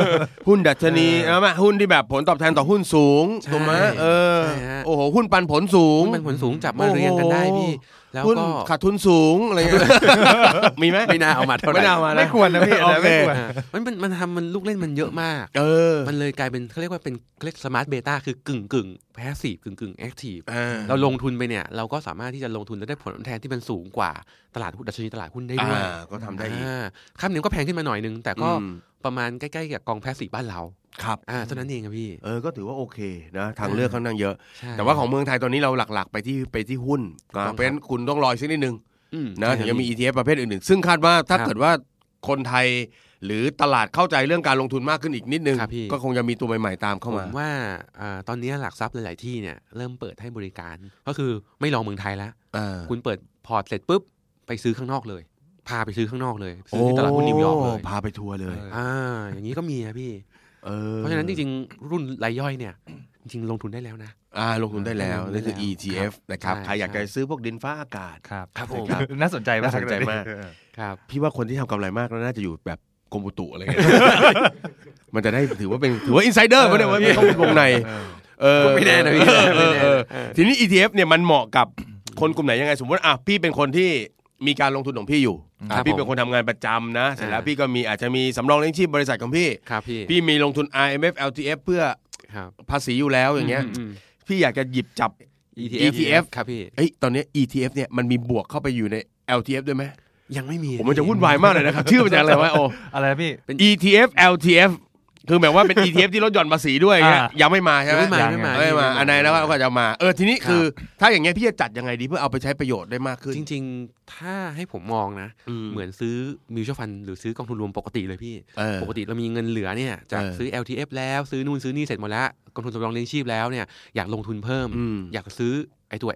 [SPEAKER 1] หุ้นดัชนีเอามาหุ้นที่แบบผลตอบแทนต่อหุ้นสูง
[SPEAKER 3] ใช่
[SPEAKER 1] ถูกไหมเออ
[SPEAKER 3] ใช่ฮะ
[SPEAKER 1] โอ้โหหุ้นปันผลสูง
[SPEAKER 3] หุ้นมันผลสูงจับมาเรียงกันได้พี่ แล้ว
[SPEAKER 1] หุ้น
[SPEAKER 3] ก็
[SPEAKER 1] ขาดทุนสูงอะไรเงี้
[SPEAKER 3] (laughs)
[SPEAKER 1] ย มีไหม
[SPEAKER 3] ไม่น่าเอามาเท่าไหร่
[SPEAKER 1] ไม่น่ามานะ
[SPEAKER 2] ไม่ควรนะพี่
[SPEAKER 1] โอเค
[SPEAKER 2] ไม่ควร
[SPEAKER 3] อ่ามันมันมันทำมันลูกเล่นมันเยอะมาก
[SPEAKER 1] เออ
[SPEAKER 3] มันเลยกลายเป็นเขาเรียกว่าเป็นเขาเรียกสมาร์ทเบต้าคือกึ่งกึ่งแพสซีฟกึ่งกึ่งแอคทีฟ
[SPEAKER 1] อ่า
[SPEAKER 3] เราลงทุนไปเนี่ยเราก็สามารถที่จะลงทุนแล้วได้ผลตอบแทนที่มันสูงกว่าตลาดหุ้นดัชนีตลาดหุ้นได้ด้วย
[SPEAKER 1] อ่าก็ทำได้อีก
[SPEAKER 3] อ่าค่าเหนียวก็แพงขึ้นมาหน่อยนึง แต่ก็
[SPEAKER 1] อืม
[SPEAKER 3] ประมาณใกล้ๆกับกองแพสซีฟบ้านเรา
[SPEAKER 1] ครับ
[SPEAKER 3] อ่าเท่านั้นเองครับพี่
[SPEAKER 1] เออก็ถือว่าโอเคนะทางเลือกค่อนข้างเยอะ
[SPEAKER 3] ใช่
[SPEAKER 1] แต่ว่าของเมืองไทยตอนนี้เราหลักๆ ไปที่ไปที่หุ้น
[SPEAKER 3] ถูกต้องครั
[SPEAKER 1] นะ
[SPEAKER 3] บ
[SPEAKER 1] เพราะฉะนั้นคุณต้องรออีกสักนิดนึง
[SPEAKER 3] อื
[SPEAKER 1] นะ
[SPEAKER 3] ใช่
[SPEAKER 1] ถึง
[SPEAKER 3] ครับ
[SPEAKER 1] จะมี
[SPEAKER 3] พี่
[SPEAKER 1] ETF ประเภทอื่นๆ ซึ่งคาดว่าถ้า
[SPEAKER 3] ครับ
[SPEAKER 1] เกิดว่าคนไทย หรือตลาดเข้าใจเรื่องการลงทุนมากขึ้นอีกนิดนึง
[SPEAKER 3] ครับพี่
[SPEAKER 1] ก็คงจะมีตัวใหม่ๆตาม
[SPEAKER 3] ผม
[SPEAKER 1] เข้าาม
[SPEAKER 3] ว่าอ่าตอนนี้หลักทรัพย์หลายๆที่เนี่ยเริ่มเปิดให้บริการ ก็คือไม่รอเมืองไทยแล้ว
[SPEAKER 1] เออ
[SPEAKER 3] คุณเปิดพอร์ตเสร็จปุ๊บ ไปซื้อข้างนอกเลย พาไปซื้อข้างนอกเลยซื้อที่ตลาดหุ้นนิวยอร์กเลย
[SPEAKER 1] โพาไปทัวร์เลย
[SPEAKER 2] เอ
[SPEAKER 3] อ่าอย่างนี้ก็มีนะพี่
[SPEAKER 1] เออ
[SPEAKER 3] เพราะฉะนั้นจริงๆ รุ่นรายย่อยเนี่ยจริงๆลงทุนได้แล้วนะ
[SPEAKER 1] อ่าลงทุนได้แล้วนี่คือ
[SPEAKER 3] ครับ
[SPEAKER 1] ETF นะครับ
[SPEAKER 3] ใช่
[SPEAKER 1] ใครอยากจะ
[SPEAKER 3] ใช่
[SPEAKER 1] ซื้อพวกดินฟ้าอากาศ
[SPEAKER 2] ครับ
[SPEAKER 3] ครับผม
[SPEAKER 1] ครับ
[SPEAKER 2] น่าสนใจมาก
[SPEAKER 1] น่าสนใจมาก
[SPEAKER 2] เออ
[SPEAKER 3] ครับ
[SPEAKER 1] พี่ว่าคนที่ทำกำไรมากน่าจะอยู่แบบกรมอุตุอะไรเงี้ย
[SPEAKER 3] (laughs)
[SPEAKER 1] มันจะได้ถือว่าเป็นถือว่าอินไซเดอร์เขาเนี่ยว่าเป็นข้อมูลวงในเออ
[SPEAKER 3] ไม่แน่นะพี่
[SPEAKER 1] เออเออ
[SPEAKER 3] ไม่แน่
[SPEAKER 1] เออ
[SPEAKER 3] เออ
[SPEAKER 1] ทีนี้ ETF เนี่ยมันเหมาะกับคนกลุ่มไหนยังไงสมมติอ่ะพี่เป็นคนที่มีการลงทุนของพี่อยู่
[SPEAKER 2] ครับ
[SPEAKER 1] อ่ะพี่เป็นคนทำงานประจำนะเสร็จแล้ว
[SPEAKER 3] อ่า
[SPEAKER 1] พี่ก็มีอาจจะมีสำรองเลี้ยงชีพบริษัทของพี่
[SPEAKER 3] ครับพี่
[SPEAKER 1] พี่มีลงทุน IMF LTF เพื่อ
[SPEAKER 3] ครับ
[SPEAKER 1] ภาษีอยู่แล้วอย่างเงี้ย
[SPEAKER 3] อืม
[SPEAKER 1] พี่อยากจะหยิบจับ
[SPEAKER 3] ETF
[SPEAKER 1] ETF
[SPEAKER 3] ครับพี่
[SPEAKER 1] เอ้ยตอนเนี้ย ETF เนี่ยมันมีบวกเข้าไปอยู่ใน LTF ด้วยไหม
[SPEAKER 3] ยังไม่มี
[SPEAKER 1] ผมมันจะวุ่นวายมากเลยนะครับ ชื่อมันจะอะไรวะโอ
[SPEAKER 2] อะไรนะพี่
[SPEAKER 1] ETF LTF คือหมายว่าเป็น ETF ที่ลดหย่อนภาษีด้วยอย่างเงี้ย
[SPEAKER 2] อ่ายั
[SPEAKER 1] ยังไม่มาใช่
[SPEAKER 3] ยัง
[SPEAKER 1] ไหม
[SPEAKER 3] ไม่มา
[SPEAKER 2] ยั
[SPEAKER 3] ยัง งไม่มา
[SPEAKER 1] เออไม่มาอันไหนแล้วก็จะมาเออทีนี้
[SPEAKER 3] ครับ
[SPEAKER 1] คือ ถ้าอย่างเงี้ยพี่จะจัดยังไงดีเพื่อเอาไปใช้ประโยชน์ได้มากขึ้น
[SPEAKER 3] จริง ๆ ถ้าให้ผมมองนะ เหมือนซื้อมิวชั่ฟันหรือซื้อกองทุนรวมปกติเลยพี่
[SPEAKER 1] เออ
[SPEAKER 3] ปกติเรามีเงินเหลือเนี่ยจาก
[SPEAKER 1] เออ
[SPEAKER 3] ซื้อ LTF แล้วซื้อนู่นซื้อนี่เสร็จหมดแล้วกองทุนสำรองเลี้ยงชีพแล้วเนี่ยอยากลงทุนเพิ่ม
[SPEAKER 1] อืม
[SPEAKER 3] อยากซื้อไอตัว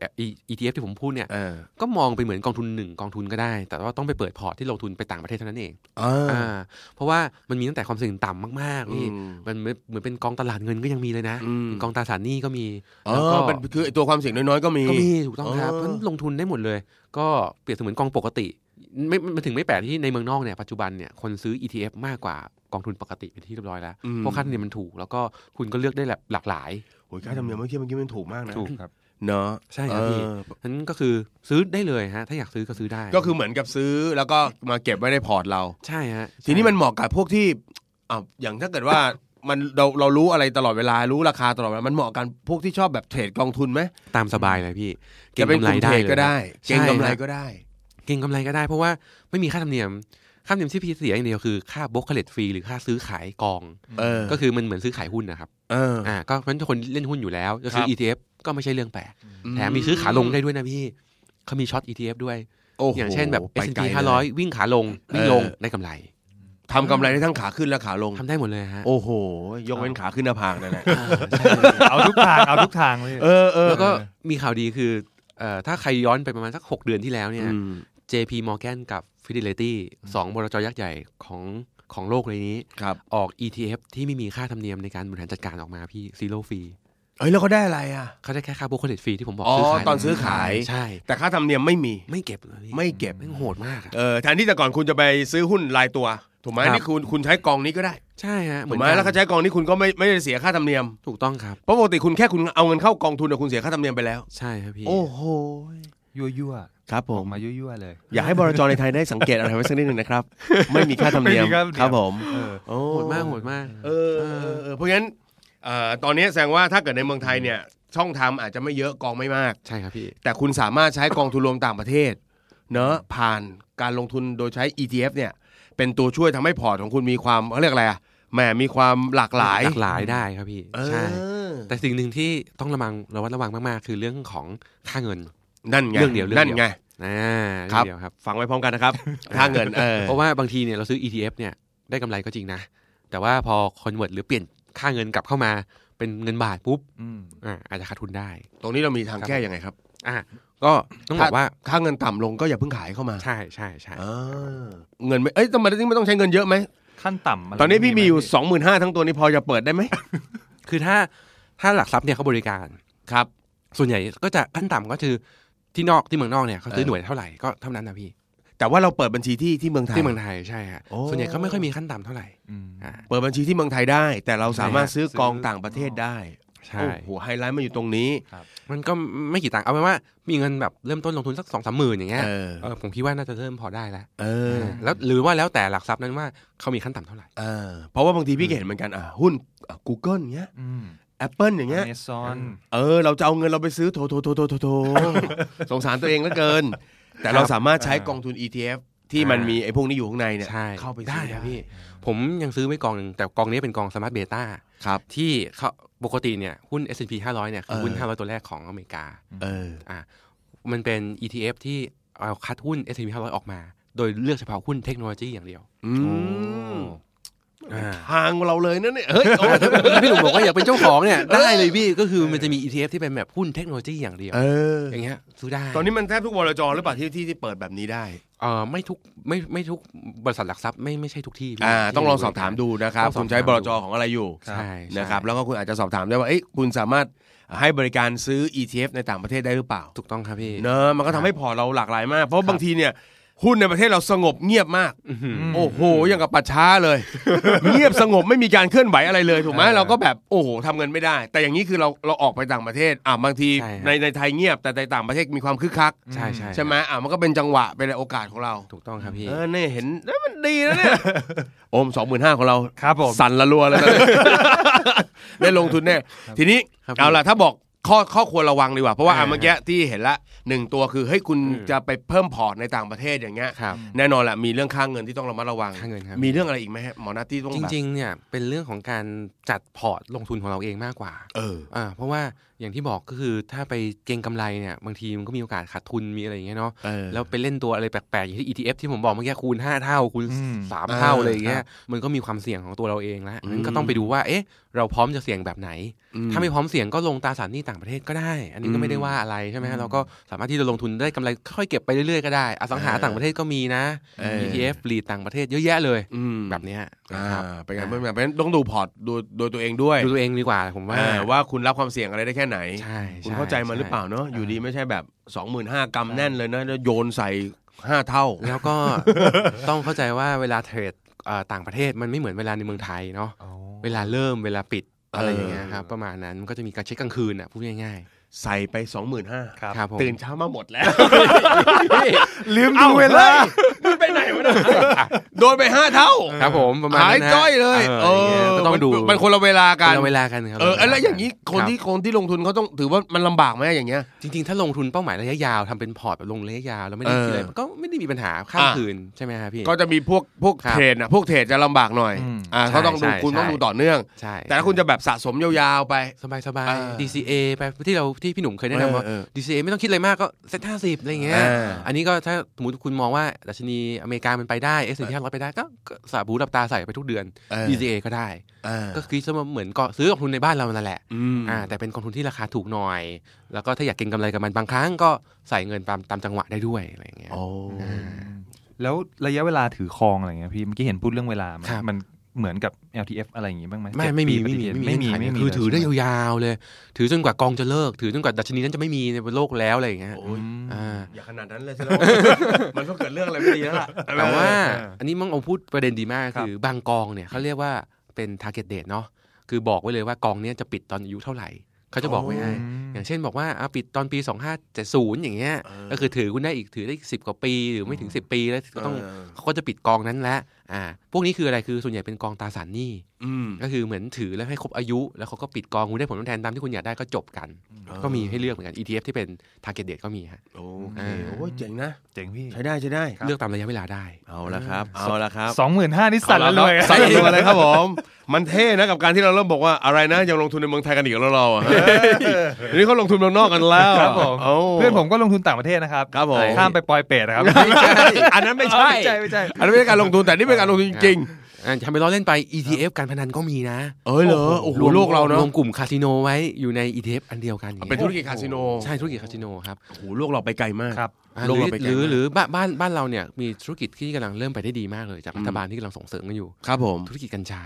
[SPEAKER 3] ETF ที่ผมพูดเนี่ย
[SPEAKER 1] เออ
[SPEAKER 3] ก็มองไปเหมือนกองทุนหนึ่งกองทุนก็ได้ แต่ว่าต้องไปเปิดพอร์ตที่ลงทุนไปต่างประเทศเท่านั้นเอง
[SPEAKER 1] อ่า
[SPEAKER 3] อ่าเพราะว่ามันมีตั้งแต่ความเสี่ยงต่ำมากๆ
[SPEAKER 1] อื
[SPEAKER 3] พี่
[SPEAKER 1] ม
[SPEAKER 3] มันเหมือนเหมือนเป็นกองตลาดเงินก็ยังมีเลยนะ
[SPEAKER 1] อืม
[SPEAKER 3] เป็นกองตราสารหนี้ก็มี
[SPEAKER 1] อ๋
[SPEAKER 3] แล้ว
[SPEAKER 1] อ
[SPEAKER 3] ก็
[SPEAKER 1] เป็นคือไอ้ตัวความเสี่ยงน้อยๆก็มี
[SPEAKER 3] ก็มีถูกต้องครับ
[SPEAKER 1] อ๋อ
[SPEAKER 3] เพราะฉะนั้นลงทุนได้หมดเลย ก็เปรียบเสมือนกองปกติไม่มันถึงไม่แปลกที่ในเมืองนอกเนี่ยปัจจุบันเนี่ยคนซื้อ ETF มากกว่ากองทุนปกติเป็นที่เรียบร้อยแล้ว
[SPEAKER 1] อืม
[SPEAKER 3] เพราะค่าธรรมเนียมมันถูก แล้วก็คุณก็เลือกได้แบบหลากหลาย
[SPEAKER 1] โอ้ยค่าธรรมเนียมเมื่อกี้เมื่อกี้มันถูกมากนะ
[SPEAKER 2] ถูกครับ
[SPEAKER 1] เนาะ
[SPEAKER 3] ใช่ครับพี่
[SPEAKER 1] เออ
[SPEAKER 3] นั้นก็คือซื้อได้เลยฮะ ถ้าอยากซื้อก็ซื้อได้
[SPEAKER 1] ก็คือเหมือนกับซื้อแล้วก็มาเก็บไว้ในพอร์ตเรา
[SPEAKER 3] ใช่ฮะ
[SPEAKER 1] ทีนี้มันเหมาะกับพวกที่อ่าอย่างถ้าเกิดว่ามันเราเรารู้อะไรตลอดเวลารู้ราคาตลอดเวลามันเหมาะกันพวกที่ชอบแบบเทรดกองทุนไหม
[SPEAKER 3] ตามสบายเลยพี่
[SPEAKER 1] จะเป็นกลุ่มเทรด
[SPEAKER 3] ลย
[SPEAKER 1] ก็ได้
[SPEAKER 3] ใช่
[SPEAKER 1] เก่งกำไร
[SPEAKER 3] ครับ
[SPEAKER 1] ก็ได้
[SPEAKER 3] เก่งกำไรก็ได้เพราะว่าไม่มีค่าธรรมเนียม ค่าธรรมเนียมที่พี่เสียอย่างเดียวคือค่าบล็อกเคเลตฟรีหรือค่าซื้อขายกอง
[SPEAKER 1] เออ
[SPEAKER 3] ก็คือมันเหมือนซื้อขายหุ้นนะครับ
[SPEAKER 1] เออ
[SPEAKER 3] อ่าก็เพราะฉะนั้นคนเล่นหุ้นอยู่แล้วจะซื้
[SPEAKER 1] ค
[SPEAKER 3] อ
[SPEAKER 1] รับ
[SPEAKER 3] ETF ก็ไม่ใช่เรื่องแปลกแถมมีซื้อขาลงได้ด้วยนะพี่เขามีช็อต ETF ด้วย
[SPEAKER 1] โโห
[SPEAKER 3] อย่างเช่นแบบ
[SPEAKER 1] ไป
[SPEAKER 3] S&P
[SPEAKER 1] ไกลเลย
[SPEAKER 3] 500 วิ่งขาลงวิ่งลงได้กำไร
[SPEAKER 1] ทำกำไรได้ทั้งขาขึ้นและขาลง
[SPEAKER 3] ทำได้หมดเลยฮะ
[SPEAKER 1] โอ้โห ยกเว้นขาขึ้นหน้าผากนั่นแหละ
[SPEAKER 3] อ่าใช่
[SPEAKER 2] เอาทุกทางเอาทุกทางเลย
[SPEAKER 1] เออเออ
[SPEAKER 3] แล้วก็มีข่าวดีคือเอ่อถ้าใครย้อนไปประมาณสัก 6 เดือนที่แล้วเนี่ย
[SPEAKER 1] อืม
[SPEAKER 3] JP Morgan กับ Fidelity สองบรจยักษ์ใหญ่ของของโลกเลยนี้
[SPEAKER 1] ครับ
[SPEAKER 3] ออก ETF ที่ไม่มีค่าธรรมเนียมในการบริหารจัดการออกมาพี่ซีโร่ฟรี
[SPEAKER 1] เอ้ยแล้วก็ได้อะไรอ่ะ
[SPEAKER 3] เขาได้แค่ค่าโบคเลตฟรีที่ผมบอก
[SPEAKER 1] อ๋อ
[SPEAKER 3] ซื้อขาย
[SPEAKER 1] ตอนซื้อขาย
[SPEAKER 3] ใช่
[SPEAKER 1] แต่ค่าธรรมเนียมไม่มี
[SPEAKER 3] ไม่เก็บเลยพี่
[SPEAKER 1] ไม่เก็บ
[SPEAKER 3] แม่งโหดมากอะ
[SPEAKER 1] เออแทนที่แต่ก่อนคุณจะไปซื้อหุ้นรายตัว ถูกไหม
[SPEAKER 3] ครับ
[SPEAKER 1] นี่คุณคุณใช้กองนี้ก็ได้
[SPEAKER 3] ใช่ฮะ
[SPEAKER 1] ถูกไหม
[SPEAKER 3] กั
[SPEAKER 1] แล้วก็ใช้กองนี้คุณก็ไม่ไม่ได้เสียค่าธรรมเนียม
[SPEAKER 3] ถูกต้องครับ
[SPEAKER 1] เพราะปกติคุณแค่คุณเอาเงินเข้ากองทุนแต่คุณเสียค่าธรรมเนียมไปแล้ว
[SPEAKER 3] ใช่ครับพี่
[SPEAKER 1] โอ้โห
[SPEAKER 2] ยั่วยั่ว
[SPEAKER 1] ครับผ
[SPEAKER 2] ๆออ
[SPEAKER 1] ม
[SPEAKER 2] กมายั่วยั่วๆเลย
[SPEAKER 1] อยากให้บรจในไทยได้สังเกตอะไรไว้สักนิดหนึ่งนะครับ ไม่มีค่าธรรมเนียม
[SPEAKER 2] ไม่มีค่าธรรมเนียม
[SPEAKER 1] ครับผม
[SPEAKER 2] เออ
[SPEAKER 1] โอ้
[SPEAKER 3] โหดมากโหดมาก
[SPEAKER 1] เออเออเออเพราะงั้นเอ่อตอนนี้แสดงว่าถ้าเกิดในเมืองไทยเนี่ยช่องทางอาจจะไม่เยอะกองไม่มาก
[SPEAKER 3] ใช่ครับพี่
[SPEAKER 1] แต่คุณสามารถใช้กองทุนรวมต่างประเทศเนอะผ่านการลงทุนโดยใช้ ETF เนี่ย เป็นตัวช่วยทำให้พอร์ตของคุณมีความเขาเรียกอะไรอะแหมมีความหลากหลาย
[SPEAKER 3] หลากหลายได้ครับพี่
[SPEAKER 1] เอ
[SPEAKER 3] ใช่
[SPEAKER 1] อ
[SPEAKER 3] แต่สิ่งหนึ่งที่ต้องระวังระวัดระวังมากๆ คือเรื่องของค่าเงิน
[SPEAKER 1] นั่นไง
[SPEAKER 3] เรื่องเดียวเรื่องเดียว
[SPEAKER 1] นั่นไง
[SPEAKER 3] อ่า
[SPEAKER 1] ค
[SPEAKER 3] ค
[SPEAKER 1] รั
[SPEAKER 3] รับ บเดียวครับ
[SPEAKER 1] ฟังไว้พร้อมกันนะครับ ค่าเงินเออ
[SPEAKER 3] เพราะว่าบางทีเนี่ยเราซื้อ ETF เนี่ยได้กำไรก็จริงนะ แต่ว่าพอคอนเวิร์ตหรือเปลี่ยนค่าเงินกลับเข้ามาเป็นเงินบาทปุ๊บ
[SPEAKER 2] อืม
[SPEAKER 3] อ่าอาจจะขาดทุนได้
[SPEAKER 1] ตรงนี้เรามีทาง
[SPEAKER 3] ครับ
[SPEAKER 1] แก้ยังไงครับ
[SPEAKER 3] อ่ะก็ต้องบอกว่า
[SPEAKER 1] ค่าเงินต่ำลงก็อย่าเพิ่งขายเข้ามา
[SPEAKER 3] ใช่ใช่ใช่
[SPEAKER 1] อ่าเงินไม่เอ้ยต้องมาไม่ต้องใช้เงินเยอะไหม
[SPEAKER 2] ขั้นต่ำะไร
[SPEAKER 1] ตอนนี้พี่มีอยู่
[SPEAKER 2] ไห
[SPEAKER 1] สองหมื่นห้าทั้งตัวนี้พอจะเปิดได้ไหม
[SPEAKER 3] คือถ้าถ้าหลักทรัพย์เนี่ยเขาบริการ
[SPEAKER 1] ครับ
[SPEAKER 3] ส่วนใหญ่ก็จะขั้นต่ำก็คือที่นอกที่เมืองนอกเนี่ยเขาซื้อ
[SPEAKER 1] เออ
[SPEAKER 3] หน่วยเท่าไหร่ก็เท่านั้นนะพี่
[SPEAKER 1] แต่ว่าเราเปิดบัญชีที่ที่เมืองไทย
[SPEAKER 3] ที่เมืองไทยใช่ฮะ
[SPEAKER 1] โอ้
[SPEAKER 3] ส่วนใหญ่เขาไม่ค่อยมีขั้นต่ำเท่าไหร่
[SPEAKER 2] อืม
[SPEAKER 3] อ่า
[SPEAKER 1] เปิดบัญชีที่เมืองไทยได้ แต่เราสามารถ
[SPEAKER 3] ใช่ฮะ
[SPEAKER 1] ซื้อกองต่างประเทศได้
[SPEAKER 3] ใช่
[SPEAKER 1] โอ้โหไฮไลท์มาอยู่ตรงนี้
[SPEAKER 3] มันก็ไม่กี่ตังค์เอาเป็นว่ามีเงินแบบเริ่มต้นลงทุนสักสองสามหมื่นอย่างเงี้ย
[SPEAKER 1] เออ
[SPEAKER 3] เออผมคิดว่าน่าจะเริ่มพอได้แล้ว
[SPEAKER 1] เออ
[SPEAKER 3] แล้วหรือว่าแล้วแต่หลักทรัพย์นั้นว่าเขามีขั้นต่ำเท่าไหร่
[SPEAKER 1] เออเพราะว่าบางทีพี่ก็เห็นเหมือนกันอ่ะหุ้นอ่ะ Google อย่างเงี้ย
[SPEAKER 2] อืม
[SPEAKER 1] Apple อย่างเงี้ย
[SPEAKER 2] เมซอน
[SPEAKER 1] เออ เราจะเอาเงินเราไปซื้อโถโถโถโถโถ
[SPEAKER 3] (laughs)
[SPEAKER 1] โถ สงสารตัวเองเหลือเกิน แต่เราสามารถใช้กองทุน ETF ที่มันมีไอ้พวกนี้อยู่ข้างในเนี่ย
[SPEAKER 3] ใช่
[SPEAKER 1] เข้าไป
[SPEAKER 3] ได้
[SPEAKER 1] ซื้อ
[SPEAKER 3] ครับพี่ ผมยังซื้อไว้กองหนึ่งแต่กองนี้เป็นกองสมาร์ทเบต้า
[SPEAKER 1] ครับ
[SPEAKER 3] ที่เขาปกติเนี่ยหุ้น S&P 500เนี่ยคือหุ้น
[SPEAKER 1] เออ
[SPEAKER 3] 500 ตัวแรกของอเมริกา
[SPEAKER 1] เออ
[SPEAKER 3] อ่ะมันเป็น ETF ที่เอาคัดหุ้น S&P 500 ออกมา โดยเลือกเฉพาะหุ้นเทคโนโลยีอย่างเดียว
[SPEAKER 1] อืม
[SPEAKER 3] อ่า
[SPEAKER 1] ทางเราเลยนั่นเนี่ยเฮ้ยโอ้
[SPEAKER 3] พี่หนุ่มบอกว่าอยากเป็นเจ้าของเนี่ยได้เลยพี่ก็คือมันจะมี ETF ที่เป็นแบบหุ้นเทคโนโลยีอย่างเดียว
[SPEAKER 1] เออ
[SPEAKER 3] อย่างเงี้ยซื้อได้
[SPEAKER 1] ตอนนี้มันแทบทุกวรจหรือเปล่าที่ที่ที่เปิดแบบนี้ได้
[SPEAKER 3] เออไม่ทุกไม่ไม่ทุกบริษัทหลักทรัพย์ไม่ไม่ใช่ทุกที่
[SPEAKER 1] อ่า
[SPEAKER 3] ที่
[SPEAKER 1] ต้องลองสอบถามดูนะครับ
[SPEAKER 3] ต้องสอบ
[SPEAKER 1] คุณใช้
[SPEAKER 3] ถาม
[SPEAKER 1] บ
[SPEAKER 3] ดู
[SPEAKER 1] รจของอะไรอยู่
[SPEAKER 3] ใช่ใช่
[SPEAKER 1] นะครับ แล้วก็คุณอาจจะสอบถามได้ว่าเอ้ยคุณสามารถให้บริการซื้อ ETF ในต่างประเทศได้หรือเปล่า
[SPEAKER 3] ถูกต้องครับพี่
[SPEAKER 1] เนอะมันก็ทำให้พอร์ตเราหลากหลายมาก เพราะบางทีเนี่ย หุ้นในประเทศเราสงบเงียบมาก
[SPEAKER 2] ม
[SPEAKER 1] โอ้โหอย่างกับปัดช้า
[SPEAKER 3] (laughs)
[SPEAKER 1] เลย เงียบสงบไม่มีการเคลื่อนไหวอะไรเลยถูกไหม
[SPEAKER 2] เออ
[SPEAKER 1] เราก็แบบโอ้โหทำเงินไม่ได้ แต่อย่างนี้คือเราเราออกไปต่างประเทศอ่ะบางที
[SPEAKER 3] ใช่
[SPEAKER 1] ในในไทยเงียบแต่ในต่างประเทศมีความคึกคัก
[SPEAKER 3] ใช่ใช่
[SPEAKER 1] ใช่ไหมอ่ะมันก็เป็นจังหวะเป็นโอกาสของเรา
[SPEAKER 3] ถูกต้องครับพี่
[SPEAKER 1] เออเนี่ยเห็นเอ้ยมันดีนะเนี่ย โอมสองหมื่นห้าของเรา
[SPEAKER 2] ครับผม
[SPEAKER 1] สั่นละรัวเลยนะ ได้ลงทุนแน่ ทีนี้
[SPEAKER 3] ครับ
[SPEAKER 1] เอาล่ะถ้าบอก ข้อข้อควรระวังดีกว่า เพราะว่าอ่ะ
[SPEAKER 3] อ่า
[SPEAKER 1] เมื่อกี้ที่เห็นละหนึ่งตัวคือเฮ้ยคุณ
[SPEAKER 3] อืม
[SPEAKER 1] จะไปเพิ่มพอร์ตในต่างประเทศอย่างเงี้ย
[SPEAKER 3] ครับ
[SPEAKER 1] แน่นอนแหละมีเรื่องค่าเงินที่ต้องระมัดระวัง
[SPEAKER 3] ค่าเงินครับ
[SPEAKER 1] มีเรื่องอะไรอีกไหมฮะหมอหน้าที่ต้อง
[SPEAKER 3] จ
[SPEAKER 1] แบบ
[SPEAKER 3] ริงๆเนี่ยเป็นเรื่องของการจัดพอร์ตลงทุนของเราเองมากกว่า
[SPEAKER 1] เออ
[SPEAKER 3] อ่าเพราะว่าอย่างที่บอกก็คือถ้าไปเก็งกำไรเนี่ยบางทีมันก็มีโอกาสขาดทุนมีอะไรอย่างเงี้ยเนาะ
[SPEAKER 1] เออ
[SPEAKER 3] แล้วไปเล่นตัวอะไรแปลกๆ อย่างที่ ETF ที่ผมบอกเมื่อกี้คูณ 5 เท่าคูณ
[SPEAKER 2] อืม
[SPEAKER 3] 3 เท่า
[SPEAKER 1] เออ
[SPEAKER 3] อะไรอย่างเงี้
[SPEAKER 1] ครั
[SPEAKER 3] ย
[SPEAKER 1] บ
[SPEAKER 3] มันก็มีความเสี่ยงของตัวเราเองแล้ว
[SPEAKER 1] อืม
[SPEAKER 3] นั้นก็ต้องไปดูว่าเอ๊ะเราพร้อมจะเสี่ยงแบบไหน ถ้าไม่พร้อมเสี่ยงก็ลงตราสารหนี้ต่างประเทศก็ได้ อันนี้
[SPEAKER 1] อื
[SPEAKER 3] ก็
[SPEAKER 1] ม
[SPEAKER 3] ไม่ได้ว่าอะไรใช่ไหม
[SPEAKER 2] อื
[SPEAKER 3] ฮะ
[SPEAKER 2] ม
[SPEAKER 3] เราก็สามารถที่จะลงทุนได้กำไรค่อยเก็บไปเรื่อยๆก็ได้อสังหา
[SPEAKER 1] เออ
[SPEAKER 3] ต่างประเทศก็มีนะ
[SPEAKER 1] เออ
[SPEAKER 3] ETF หลีดต่างประเทศเยอะแยะเลย
[SPEAKER 1] อืม
[SPEAKER 3] แบบเนี้ย
[SPEAKER 1] อ่า
[SPEAKER 3] นะครับ
[SPEAKER 1] เป็นไงเพื่อนๆเพราะฉะนั้นต้องดูพอร์ตดูโดยตัวเองด้วย
[SPEAKER 3] ดูตัวเองดีกว่าผมว่า
[SPEAKER 1] เออว่าคุณรับความเสี่ยงอะไรได้แค่ไหน
[SPEAKER 3] ใช่
[SPEAKER 1] คุณ
[SPEAKER 3] ช่
[SPEAKER 1] เข้าใจมันหรือเปล่า
[SPEAKER 3] ใช่
[SPEAKER 1] เนาะอยู่ดีไม่ใช่แบบ 25,000กรัมแน่นเลยนะแล้วโยนใส่ 5 เท่า
[SPEAKER 3] แล้วก็ ต้องเข้าใจว่าเวลาเทรดเอ่อต่างประเทศมันไม่เหมือนเวลาในเมืองไทยเนาะ
[SPEAKER 2] อ๋อ
[SPEAKER 3] เวลาเริ่มเวลาปิดอะไร
[SPEAKER 1] เออ
[SPEAKER 3] อ
[SPEAKER 1] อ
[SPEAKER 3] ย่างเงี้ยครับประมาณนั้นมันก็จะมีการเช็คกลางคืนอ่ะพูดง่าย
[SPEAKER 1] ใส่ไป 25,000
[SPEAKER 2] ครับ
[SPEAKER 3] ๆครับผม
[SPEAKER 1] ตื่นเช้ามาหมดแล้ว (laughs)
[SPEAKER 2] ลืมดูเวลา
[SPEAKER 1] มันไปไหนวะเนี่ยโดนไปห้าเท่า
[SPEAKER 3] ครับผมประมาณ
[SPEAKER 1] หาย
[SPEAKER 3] นั้นนะ
[SPEAKER 1] จ้อยเลย
[SPEAKER 3] เอออย่างเงี้ยก็ต้องดู
[SPEAKER 1] มันคนละเวลากัน
[SPEAKER 3] คนละเวลากันครับ
[SPEAKER 1] เออแล้วอย่างนี้
[SPEAKER 3] นี้
[SPEAKER 1] คนที่คนที่ลงทุนเขาต้องถือว่ามันลำบากไหมอย่างเงี้ย
[SPEAKER 3] จริงๆ ถ้าลงทุนเป้าหมายระยะยาวทำเป็นพอร์ตแบบลงระยะยาวแล้วไม่ได้คิดอะไร
[SPEAKER 1] เออ
[SPEAKER 3] มันก็ไม่ได้มีปัญหาข้า
[SPEAKER 1] อ่ะ
[SPEAKER 3] มคืนใช่ไหมครับพี่
[SPEAKER 1] ก็จะมีพวกพวก
[SPEAKER 3] ครับ
[SPEAKER 1] เทรดนะพวกเทรดจะลำบากหน่อย
[SPEAKER 2] อืม
[SPEAKER 1] อ่า
[SPEAKER 3] ใช่
[SPEAKER 1] เขาต้องดู
[SPEAKER 3] ใช่
[SPEAKER 1] คุณต้อง
[SPEAKER 3] ใช่
[SPEAKER 1] ดูต่อเนื่อง
[SPEAKER 3] ใช่
[SPEAKER 1] แต่ถ้าคุณจะแบบสะสมยาวๆไป
[SPEAKER 3] สบายสบาย
[SPEAKER 1] เออ
[SPEAKER 3] ๆ DCA ไปที่เราที่พี่หนุ่มเคยแนะนำว่า
[SPEAKER 1] เออเออ
[SPEAKER 3] DCA ไม่ต้องคิดอะไรมากก็เซ็ตห้าสิบอะไรอย่างเงี้ย
[SPEAKER 1] อ่า
[SPEAKER 3] อันนี้ก็ถ้าสมมติคุณมองว่าดัชนีอเมริกามันไปได้ S&P 500ไปได้ก็ก็สาบูดับตาใส่ไปทุกเดือน
[SPEAKER 1] เออ
[SPEAKER 3] DCA ก็ได้
[SPEAKER 1] อ่า
[SPEAKER 3] ก็คือเหมือนก็ซื้อกองทุนในบ้านเรานั่นแหละ
[SPEAKER 1] อืม
[SPEAKER 3] อ่า แต่เป็นกองทุนที่ราคาถูกหน่อย แล้วก็ถ้าอยากเก็งกำไรกับมันบางครั้งก็ใส่เงินตามตามจังหวะได้ด้วยอะไรอย่างเงี้ย
[SPEAKER 2] แล้วระยะเวลาถือครองอะไรเงี้ยพี่เมื่อกี้เห็นพูดเรื่องเวลา มัน
[SPEAKER 3] ครับ
[SPEAKER 2] มันเหมือนกับ LTF อะไรอย่างงี้บ้างไหม
[SPEAKER 3] ไม่
[SPEAKER 2] เจ็ด
[SPEAKER 3] ไม่มี
[SPEAKER 2] ปี
[SPEAKER 3] ไม่มี
[SPEAKER 2] ปฏิทิน
[SPEAKER 3] ไม่มี
[SPEAKER 2] ไม่มี
[SPEAKER 3] คื
[SPEAKER 2] เล
[SPEAKER 3] อ
[SPEAKER 2] ย
[SPEAKER 3] ถือได้
[SPEAKER 2] ใช่ไหม
[SPEAKER 3] ยาวๆเลย ถือจนกว่ากองจะเลิก ถือจนกว่าดัชนีนั้นจะไม่มีในโลกแล้วอะไรอย่างเงี้ย
[SPEAKER 1] โอ้
[SPEAKER 2] อืม
[SPEAKER 3] อ่า
[SPEAKER 1] อย่าขนาดนั้นเลยใช่ไหม มันก็เกิดเรื่องอะไรไม่ดีแล้วล่ะ
[SPEAKER 3] แต่ว่า
[SPEAKER 2] เออ
[SPEAKER 3] อันนี้มังเอาพูดประเด็นดีมาก
[SPEAKER 2] ครับ
[SPEAKER 3] คือบางกองเนี่ยเขาเรียกว่าเป็น target date เนาะคือบอกไว้เลยว่ากองเนี้ยจะปิดตอนอายุเท่าไหร่เขาจะบอกไว้ให้ อย่างเช่นบอกว่าอ่ะปิดตอนปี 2570 อย่างเงี้ย
[SPEAKER 1] เออ
[SPEAKER 3] ก็คือถือคุณได้อีกถือได้อีกสิกว่าปีหรือไม่ถึง 10 ปีแล้วก็ต้อง
[SPEAKER 1] เออ
[SPEAKER 3] เขาก็จะปิดกองนั้นแล้วอ่าพวกนี้คืออะไรคือส่วนใหญ่เป็นกองตราสารหนี้
[SPEAKER 1] อืม
[SPEAKER 3] ก็คือเหมือนถือแล้วให้ครบอายุ แล้วเขาก็ปิดกองคุณได้ผลตอบแทนตามที่คุณอยากได้ก็จบกัน
[SPEAKER 1] เออ
[SPEAKER 3] ก็มีให้เลือกเหมือนกัน ETF ที่เป็น target date ก็มีฮะ
[SPEAKER 1] โอเค
[SPEAKER 3] อ่า
[SPEAKER 1] โอ้ยเจ๋งนะ
[SPEAKER 2] เจ๋งพี่
[SPEAKER 1] ใช้ได้ใช้ได้
[SPEAKER 3] เลือกตามระยะเวลาได้
[SPEAKER 1] เอาละครับ เอาละครับ
[SPEAKER 2] สองหมื่นห้านี่สั่นเลยอะ
[SPEAKER 1] สั่นเลยเลยครับผม มันเท่นะกับการที่เราเริ่มบอกว่าอะไรนะยังลงทุนในเมืองไทยกันอีกแล้วเราอ่ะเดี๋ยวนี้เขาลงทุนเมืองนอกกันแล้ว
[SPEAKER 2] ครับผม
[SPEAKER 1] โอ้
[SPEAKER 2] เพื่อนผมก็ลงทุนต่างประเทศนะครับ
[SPEAKER 1] ครับผม
[SPEAKER 2] ข้ามไปปอยเปตนะครับ
[SPEAKER 1] ไม่ใช่อันนั้นไม่ใช่
[SPEAKER 2] ไม่ใช่ไม่ใช่
[SPEAKER 1] อันนั้นไม่ใช่การลงทุนแต่นี่เป็นการลงทุนจริง
[SPEAKER 3] อ่าทำไปล้อเล่นไป ETF การพนันก็มีนะ
[SPEAKER 1] ๆเอ้ยเหรอโอ้โหโลกเราเนาะ
[SPEAKER 3] รวมกลุ่มคาสิโนไว้อยู่ใน ETF อันเดียวกัน
[SPEAKER 1] เป็นธุรกิจคาสิโน
[SPEAKER 3] ใช่ธุรกิจคาสิโนครับ
[SPEAKER 1] โอ้โหโลกเราไปไกลมาก
[SPEAKER 2] ครับ
[SPEAKER 3] อ่าห
[SPEAKER 1] โลก
[SPEAKER 3] รือ
[SPEAKER 1] เราไปไกล
[SPEAKER 3] หรือ
[SPEAKER 1] มาก
[SPEAKER 3] หรือบ้านบ้านบ้านเราเนี่ยมีธุรกิจที่กำลังเริ่มไปได้ดีมากเลยจาก
[SPEAKER 1] อืม
[SPEAKER 3] รัฐบาลที่กำลังส่งเสริมกันอยู่
[SPEAKER 1] ครับผม
[SPEAKER 3] ธุรกิจกัญชา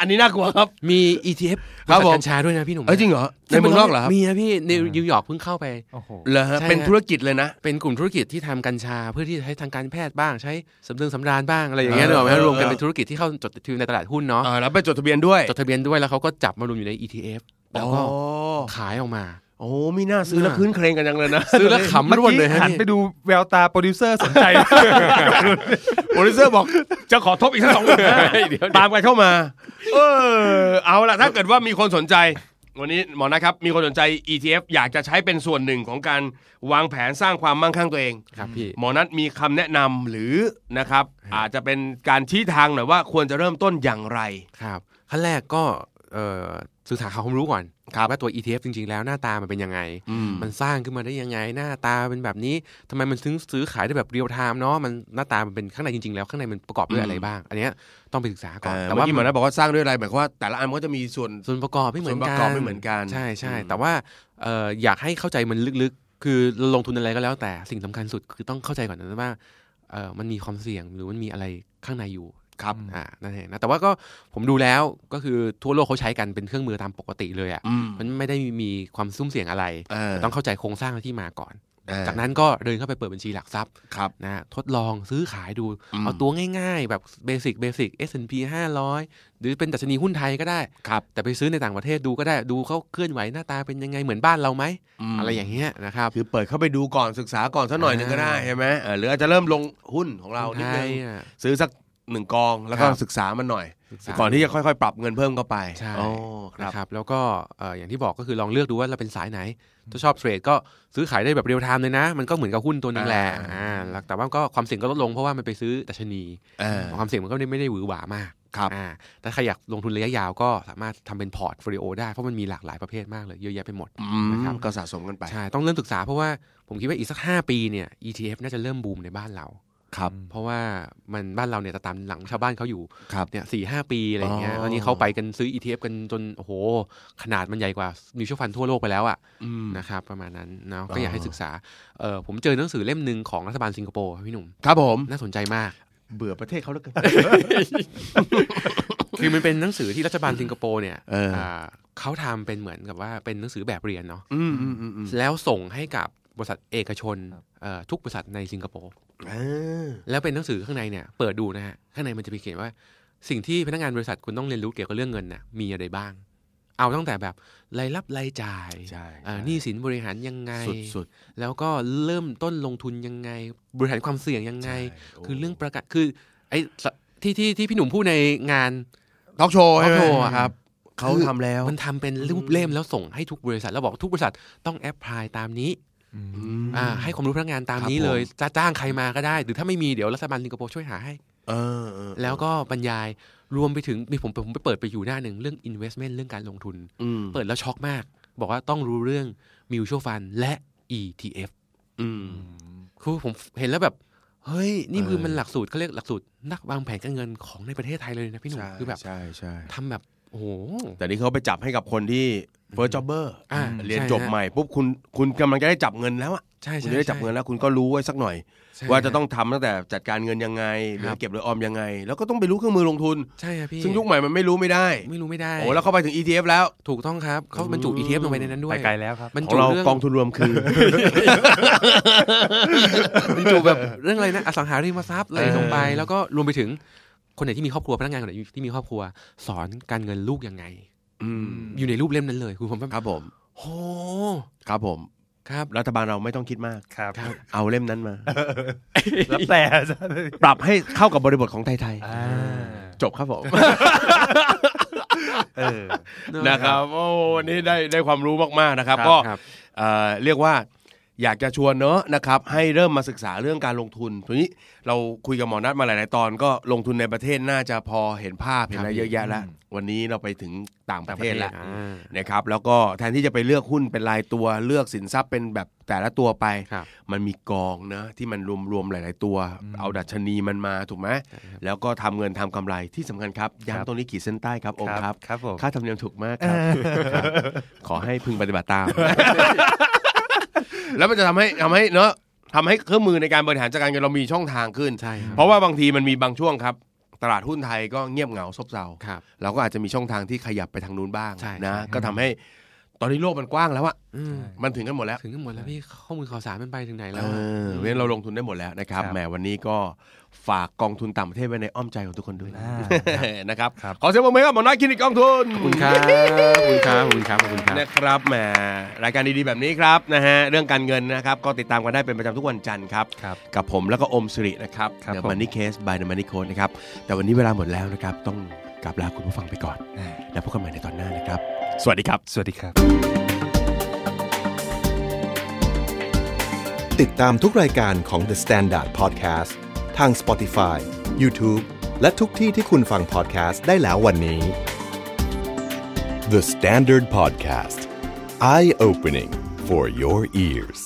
[SPEAKER 1] อันนี้น่ากลัวครับ
[SPEAKER 3] มี ETF
[SPEAKER 1] ครับผม
[SPEAKER 3] กัญชาด้วยนะพี่หนุ่ม
[SPEAKER 1] เอ้ยจริงเหรอในเมืองนอกเหรอครับ
[SPEAKER 3] มีนะพี่ใน
[SPEAKER 2] อืม
[SPEAKER 3] นิวยอร์กเพิ่งเข้าไป
[SPEAKER 2] โอ้โห
[SPEAKER 1] เหรอฮะ
[SPEAKER 3] ใช่
[SPEAKER 1] เป็นธุรกิจเลยนะ
[SPEAKER 3] เป็นกลุ่มธุรกิจที่ทำกัญชา เพื่อที่จะใช้ทางการแพทย์บ้างใช้สำเริงสำราญบ้างอะไรอย่างเงี้ย
[SPEAKER 1] เออ
[SPEAKER 3] เนกอะ
[SPEAKER 1] เออ
[SPEAKER 3] รวมกัน
[SPEAKER 1] เออ
[SPEAKER 3] เป็นธุรกิจที่เข้าจดทะเบียนในตลาดหุ้นเนาะ
[SPEAKER 1] เออแล้วไปจดทะเบียนด้วย
[SPEAKER 3] จดทะเบียนด้วยแล้วเขาก็จับมารวมอยู่ใน ETF แล้วก็
[SPEAKER 1] อ๋อ
[SPEAKER 3] ขายออกมา
[SPEAKER 1] โอ้มีหน้าซื้อแล้วคืนเครงกันจังเลยนะ
[SPEAKER 3] ซื้อแล้วขำ
[SPEAKER 2] เมื่อ
[SPEAKER 3] ร่วน
[SPEAKER 2] กี้
[SPEAKER 3] เลยฮะ
[SPEAKER 2] หัน
[SPEAKER 3] พี่
[SPEAKER 2] ไปดูแววตาโปรดิวเซอร์สนใจ
[SPEAKER 1] โปรดิวเซอร์บอกจะขอทบอีกสักสองหมื่นตามกันเข้ามา เออ เอาล่ะ ถ้าเกิดว่ามีคนสนใจ วันนี้หมอนะครับ มีคนสนใจ ETF อยากจะใช้เป็นส่วนหนึ่งของการวางแผนสร้างความมั่งคั่งตัวเอง
[SPEAKER 3] ครับพี่
[SPEAKER 1] หมอนัทมีคำแนะนำหรือนะครับ อาจจะเป็นการชี้ทางหน่อยว่าควรจะเริ่มต้นอย่างไร
[SPEAKER 3] ครับขั้นแรกก็เอ่อศึกษาหาความรู้ก่อนครับว่าตัว ETF จริงๆ แล้วหน้าตามันเป็นยังไง
[SPEAKER 1] อืม
[SPEAKER 3] มันสร้างขึ้นมาได้ยังไง หน้าตาเป็นแบบนี้ทำไมมันถึงซื้อขายได้แบบเรียลไทม์เนาะมันหน้าตามันเป็นข้างในจริงๆ แล้วข้างในมันประกอบด้วยอะไรบ้าง อันเนี้ยต้องไปศึกษาก่อน
[SPEAKER 1] แต่
[SPEAKER 3] แต่
[SPEAKER 1] ว่า
[SPEAKER 3] ว่า
[SPEAKER 1] ที่หมอนัทบอกว่าสร้างด้วยอะไรหมายความว่าแต่ละอันมันก็จะมีส่วน
[SPEAKER 3] ส่วนประกอบไม่เหมือน
[SPEAKER 1] ส่วนป
[SPEAKER 3] กัน
[SPEAKER 1] ระกอบไม่เหมือนกัน
[SPEAKER 3] ใช่ใช่
[SPEAKER 1] อืม
[SPEAKER 3] แต่ว่าเอ่ออยากให้เข้าใจมันลึกๆ คือเราลงทุนอะไรก็แล้ว แต่สิ่งสำคัญสุดคือต้องเข้าใจก่อนนะว่าเอ่อมันมีความเสี่ยงหรือมันมีอะไรข้างในอยู่
[SPEAKER 1] ครับ
[SPEAKER 3] อ่านั่นเองนะแต่ว่าก็ผมดูแล้วก็คือทั่วโลกเขาใช้กันเป็นเครื่องมือตามปกติเลยอะ่ะ
[SPEAKER 1] อืม
[SPEAKER 3] มันไม่ได้มีความซุ่มเสี่ยงอะไร
[SPEAKER 1] เออ
[SPEAKER 3] ต้องเข้าใจโครงสร้างที่มาก่อน
[SPEAKER 1] เออ
[SPEAKER 3] จากนั้นก็เดินเข้าไปเปิดบัญชีหลักทรัพย์
[SPEAKER 1] ครับ
[SPEAKER 3] นะทดลองซื้อขายดู
[SPEAKER 1] อืม
[SPEAKER 3] เอาตัวง่ายๆ แบบเบสิกเบสิก S&P 500 หรือเป็นดัชนีหุ้นไทยก็ได้
[SPEAKER 1] ครับ
[SPEAKER 3] แต่ไปซื้อในต่างประเทศดูก็ได้ดูเขาเคลื่อนไหวหน้าตาเป็นยังไงเหมือนบ้านเราไหมอะไรอย่างเงี้ยนะครับ
[SPEAKER 1] คือเปิดเข้าไปดูก่อนศึกษาก่อนสักหน่อยหนึ่งก็ได้
[SPEAKER 3] อ่า
[SPEAKER 1] ใช่ไหมเออหรืออาจจะเริ่มลงหุ้นของเรา
[SPEAKER 3] หุ้น
[SPEAKER 1] นิด
[SPEAKER 3] ไท
[SPEAKER 1] นึ
[SPEAKER 3] ย
[SPEAKER 1] ง
[SPEAKER 3] อะ
[SPEAKER 1] ซื้อสัก หนึ่งกองแล้วก็
[SPEAKER 3] ครับ
[SPEAKER 1] ศึกษามันหน่อย
[SPEAKER 3] ศึษา
[SPEAKER 1] ก่อนที่จะค่อยๆ ปรับเงินเพิ่มเข้าไป
[SPEAKER 3] ใช่
[SPEAKER 1] อ๋อค
[SPEAKER 3] นะค
[SPEAKER 1] รั
[SPEAKER 3] รับ บแล้วก็เอ่ออย่างที่บอกก็คือลองเลือกดูว่าเราเป็นสายไหน ถ้าชอบเทรดก็ซื้อขายได้แบบเรียลไทม์เลยนะ มันก็เหมือนกับหุ้นตัวหนึงแหละ
[SPEAKER 1] อ่า
[SPEAKER 3] อ่าแล้วแต่ว่าก็ความเสี่ยงก็ลดลงเพราะว่ามันไปซื้อดัชนี
[SPEAKER 1] เออ
[SPEAKER 3] ความเสี่ยงมันก็ไม่ได้หวือหวามาก
[SPEAKER 1] ครับ
[SPEAKER 3] อ่าแต่ใครอยากลงทุนระยะยาวก็สามารถทำเป็นพอร์ตโฟลิโอได้ เพราะมันมีหลากหลายประเภทมากเลยเยอะแยะไปหมด
[SPEAKER 1] อื
[SPEAKER 3] นะครั
[SPEAKER 1] ม
[SPEAKER 3] บ
[SPEAKER 1] ก็สะสมกันไป
[SPEAKER 3] ใช่ ต้องเริ่มศึกษาเพราะว่าผมคิดว่าอีกสัก 5 ปีเนี่ย ETF น่าจะเริ่มบูมในบ้านเรา
[SPEAKER 1] ครับ
[SPEAKER 3] เพราะว่ามันบ้านเราเนี่ยจะตามหลังชาวบ้านเขาอยู่
[SPEAKER 1] ครับ
[SPEAKER 3] เนี่ยสี่ห้าปีอะไรอย่างเงี้ย
[SPEAKER 1] อ๋อ
[SPEAKER 3] ตอนนี้เขาไปกันซื้อ ETF กันจนโอ้โห ขนาดมันใหญ่กว่ามิวชั่ฟันทั่วโลกไปแล้วอะ
[SPEAKER 1] อืม
[SPEAKER 3] นะครับประมาณนั้นเนาะ
[SPEAKER 1] อ๋อ
[SPEAKER 3] ก็อยากให้ศึกษาเออผมเจอหนังสือเล่มหนึ่งของรัฐบาลสิงคโปร์ครับพี่หนุ่ม
[SPEAKER 1] ครับผม
[SPEAKER 3] น่าสนใจมาก
[SPEAKER 1] เบื่อประเทศเขาแล้วกัน
[SPEAKER 3] คือมันเป็นหนังสือที่รัฐบาลสิงคโปร์เนี่ย
[SPEAKER 1] เอออ่
[SPEAKER 3] าเขาทำเป็นเหมือนกับว่าเป็นหนังสือแบบเรียนเนาะ
[SPEAKER 1] อืมอืมอืมอืม
[SPEAKER 3] แล้วส่งให้กับบริษัทเอกชนเอ่อทุกบริษัทในสิงคโปร์
[SPEAKER 1] เออ
[SPEAKER 3] แล้วเป็นหนังสือข้างในเนี่ยเปิดดูนะฮะข้างในมันจะมีเขียนว่า สิ่งที่พนักงานบริษัทคุณต้องเรียนรู้เกี่ยวกับเรื่องเงินน่ะมีอะไรบ้าง เอาตั้งแต่แบบรายรับรายจ่าย
[SPEAKER 1] ใช่
[SPEAKER 3] อ่าหนี้สินบริหารยังไง
[SPEAKER 1] สุดสุด
[SPEAKER 3] แล้วก็เริ่มต้นลงทุนยังไง บริหารความเสี่ยงยังไง
[SPEAKER 1] ใช่
[SPEAKER 3] คือเรื่องประกันคือไอ้สที่ที่ที่พี่หนุ่มพูดในงาน
[SPEAKER 1] ทอล์กโชว์ใช่ไหม
[SPEAKER 3] ทอล์กโชว์อะครับ
[SPEAKER 1] เขาทำแล้ว
[SPEAKER 3] มันทำเป็นรูปเล่มแล้วส่งให้ทุกบริษัท แล้วบอกทุกบริษัทต้องแอปพลายตามนี้
[SPEAKER 2] อืม
[SPEAKER 1] อืม
[SPEAKER 3] อ่าให้ความรู้พนักงานตาม
[SPEAKER 1] ครับ
[SPEAKER 3] นี้เลย
[SPEAKER 1] ผม
[SPEAKER 3] จะจ้างใครมาก็ได้ หรือถ้าไม่มีเดี๋ยวรัฐบาลสิงคโปร์ช่วยหาให้
[SPEAKER 1] เออเออ
[SPEAKER 3] แล้วก็บรรยายรวมไปถึงมีผมผมไปเปิดไปอยู่หน้าหนึ่งเรื่อง investment เรื่องการลงทุน
[SPEAKER 1] อืม
[SPEAKER 3] เปิดแล้วช็อกมาก บอกว่าต้องรู้เรื่อง mutual fund และ ETF
[SPEAKER 1] อืม
[SPEAKER 3] คือผมเห็นแล้วแบบ เฮ้ย นี่คือ
[SPEAKER 1] เออ
[SPEAKER 3] มันหลักสูตรเขาเรียกหลักสูตร นักวางแผนการเงินของในประเทศไทยเลยนะพี่หนุ่ม
[SPEAKER 1] ใช่
[SPEAKER 3] คือแบบ
[SPEAKER 1] ใช่ใช่
[SPEAKER 3] ทำแบบ โอ้โห
[SPEAKER 1] แต่นี่เขาไปจับให้กับคนที่ first jobber
[SPEAKER 3] อ่า
[SPEAKER 1] เรียน
[SPEAKER 3] ใช่
[SPEAKER 1] จบ
[SPEAKER 3] ฮะ
[SPEAKER 1] ใหม่ปุ๊บคุณคุณกำลังจะได้จับเงินแล้วอ่ะ
[SPEAKER 3] ใช่
[SPEAKER 1] คุณ
[SPEAKER 3] ใช่
[SPEAKER 1] จะได้จับเงินแล้วคุณก็รู้ไว้สักหน่อย
[SPEAKER 3] ใช่
[SPEAKER 1] ว่าจะ
[SPEAKER 3] ฮ
[SPEAKER 1] ต้องทำตั้งแต่จัดการเงินยังไงห
[SPEAKER 3] ครั
[SPEAKER 1] รื
[SPEAKER 3] บ
[SPEAKER 1] อเก็บหรือออมยังไง แล้วก็ต้องไปรู้เครื่องมือลงทุน
[SPEAKER 3] ใช่ฮะพี่
[SPEAKER 1] ซึ่งยุคใหม่มันไม่รู้ไม่ได้
[SPEAKER 3] ไม่รู้ไม่ได้
[SPEAKER 1] โอ้แล้วเข้าไปถึง ETF แล้ว
[SPEAKER 3] ถูกต้องครับเขาบรรจุ ETF ลงไปในนั้นด้วย
[SPEAKER 2] ไปไกลแล้วครับ
[SPEAKER 3] บรร
[SPEAKER 1] ของ
[SPEAKER 3] จุ
[SPEAKER 1] เรา
[SPEAKER 3] เรื่อง
[SPEAKER 1] กองทุนรวมคือ
[SPEAKER 3] จูแบบเรื่องอะไรนะอสังหาริมทรัพย์อะไร
[SPEAKER 1] เออ
[SPEAKER 3] ลงไป แล้วก็รวมไปถึงคนไหนที่มีครอบครัวพนักงานคนไหนที่มีครอบครัว สอนการเงินลูกยังไง
[SPEAKER 1] อืม
[SPEAKER 3] อยู่ในรูปเล่มนั้นเลยคือผมแบบ
[SPEAKER 1] ครับผม
[SPEAKER 3] โห
[SPEAKER 1] ครับผม
[SPEAKER 3] ครับ
[SPEAKER 1] รัฐบาลเราไม่ต้องคิดมาก
[SPEAKER 2] ครับ
[SPEAKER 3] ครับ
[SPEAKER 1] เอาเล่มนั้นมา
[SPEAKER 2] แล้วแต่
[SPEAKER 1] ปรับให้เข้ากับบริบทของไทย
[SPEAKER 2] อ่า
[SPEAKER 1] ๆจบครับผม
[SPEAKER 2] เออ
[SPEAKER 1] นะครับโอ้วันนี้ได้ได้ความรู้มากๆนะครับ
[SPEAKER 2] ครับ
[SPEAKER 1] ก็
[SPEAKER 3] ครับ
[SPEAKER 1] เอ่อเรียกว่าอยากจะชวนเนอะนะครับ ให้เริ่มมาศึกษาเรื่องการลงทุนทีนี้เราคุยกับหมอนัทมาหลาย ๆ ตอน ก็ลงทุนในประเทศน่าจะพอเห็นภาพเห็นอะไรเยอะแยะแล้ว วันนี้เราไปถึงต่างประเทศแล้ว
[SPEAKER 3] อ่า
[SPEAKER 1] นะครับแล้วก็แทนที่จะไปเลือกหุ้นเป็นรายตัวเลือกสินทรัพย์เป็นแบบแต่ละตัวไป
[SPEAKER 3] ครับ
[SPEAKER 1] มันมีกองนะที่มันรวมๆหลาย ๆ ตัว เอาดัชนีมันมาถูกไหม
[SPEAKER 3] ใช่ครับ
[SPEAKER 1] แล้วก็ทำเงินทำกำไรที่สำคัญครับย้ำตรงนี้ขีดเส้นใต้ครับโอมครับ
[SPEAKER 2] ครับผม
[SPEAKER 1] ค่าธรรมเนียมถูกมากครับ ขอให้พึงปฏิบัติตาม (laughs) แล้วมันจะทำให้ทำให้เนอะทำให้เครื่องมือในการบริหารจัดการเงินเรามีช่องทางขึ้น
[SPEAKER 3] ใช่ครับ
[SPEAKER 1] เพราะว่าบางทีมันมีบางช่วงครับ ตลาดหุ้นไทยก็เงียบเหงาซบเซา
[SPEAKER 3] ครับ
[SPEAKER 1] เราก็อาจจะมีช่องทางที่ขยับไปทางนู้นบ้าง
[SPEAKER 3] ใช่
[SPEAKER 1] นะ
[SPEAKER 3] ใช่
[SPEAKER 1] ก็ทำให้ตอนนี้โลกมันกว้างแล้วอะ
[SPEAKER 3] อืม
[SPEAKER 1] มันถึงกันหมดแล้ว
[SPEAKER 3] ถึงกันหมดแล้วพี่ข้อมูลข่าวสารมันไปถึงไหนแล้
[SPEAKER 1] เอ
[SPEAKER 3] วอะ
[SPEAKER 1] อเพราะฉะนั้นเราลงทุนได้หมดแล้วนะครับ
[SPEAKER 2] ครับ
[SPEAKER 1] แหมวันนี้ก็ฝากกองทุนต่างประเทศไว้ในอ้อมใจของทุกคนด้วย
[SPEAKER 2] อ่า
[SPEAKER 1] นะครับขอเสียงปรบมือให้กับหมอน้อยคลินิกกองทุน
[SPEAKER 3] ขอบคุณครับขอบคุณครับขอบคุณครับขอบคุณครับ
[SPEAKER 1] นะครับแหมรายการดีๆแบบนี้ครับนะฮะเรื่องการเงินนะครับ ก็ติดตามกันได้เป็นประจำทุกวันจันทร์ครับ
[SPEAKER 2] ครับ
[SPEAKER 1] กับผมแล้วก็อมสิรินะครับ
[SPEAKER 2] ครับ
[SPEAKER 1] The
[SPEAKER 2] ผม
[SPEAKER 1] Money Case by The Money Code นะครับ แต่วันนี้เวลาหมดแล้วนะครับ ต้องกลับลาคุณผู้ฟังไปก่อน
[SPEAKER 2] อ่า
[SPEAKER 1] แล้วพบกันใหม่ในตอนหน้านะครับ สวัสดีครับ
[SPEAKER 2] สวัสดีครับ
[SPEAKER 4] ติดตามทุกรายการของ The Standard Podcast ทาง Spotify, YouTube และทุกที่ที่คุณฟัง podcast ได้แล้ววันนี้ The Standard Podcast Eye Opening for Your Ears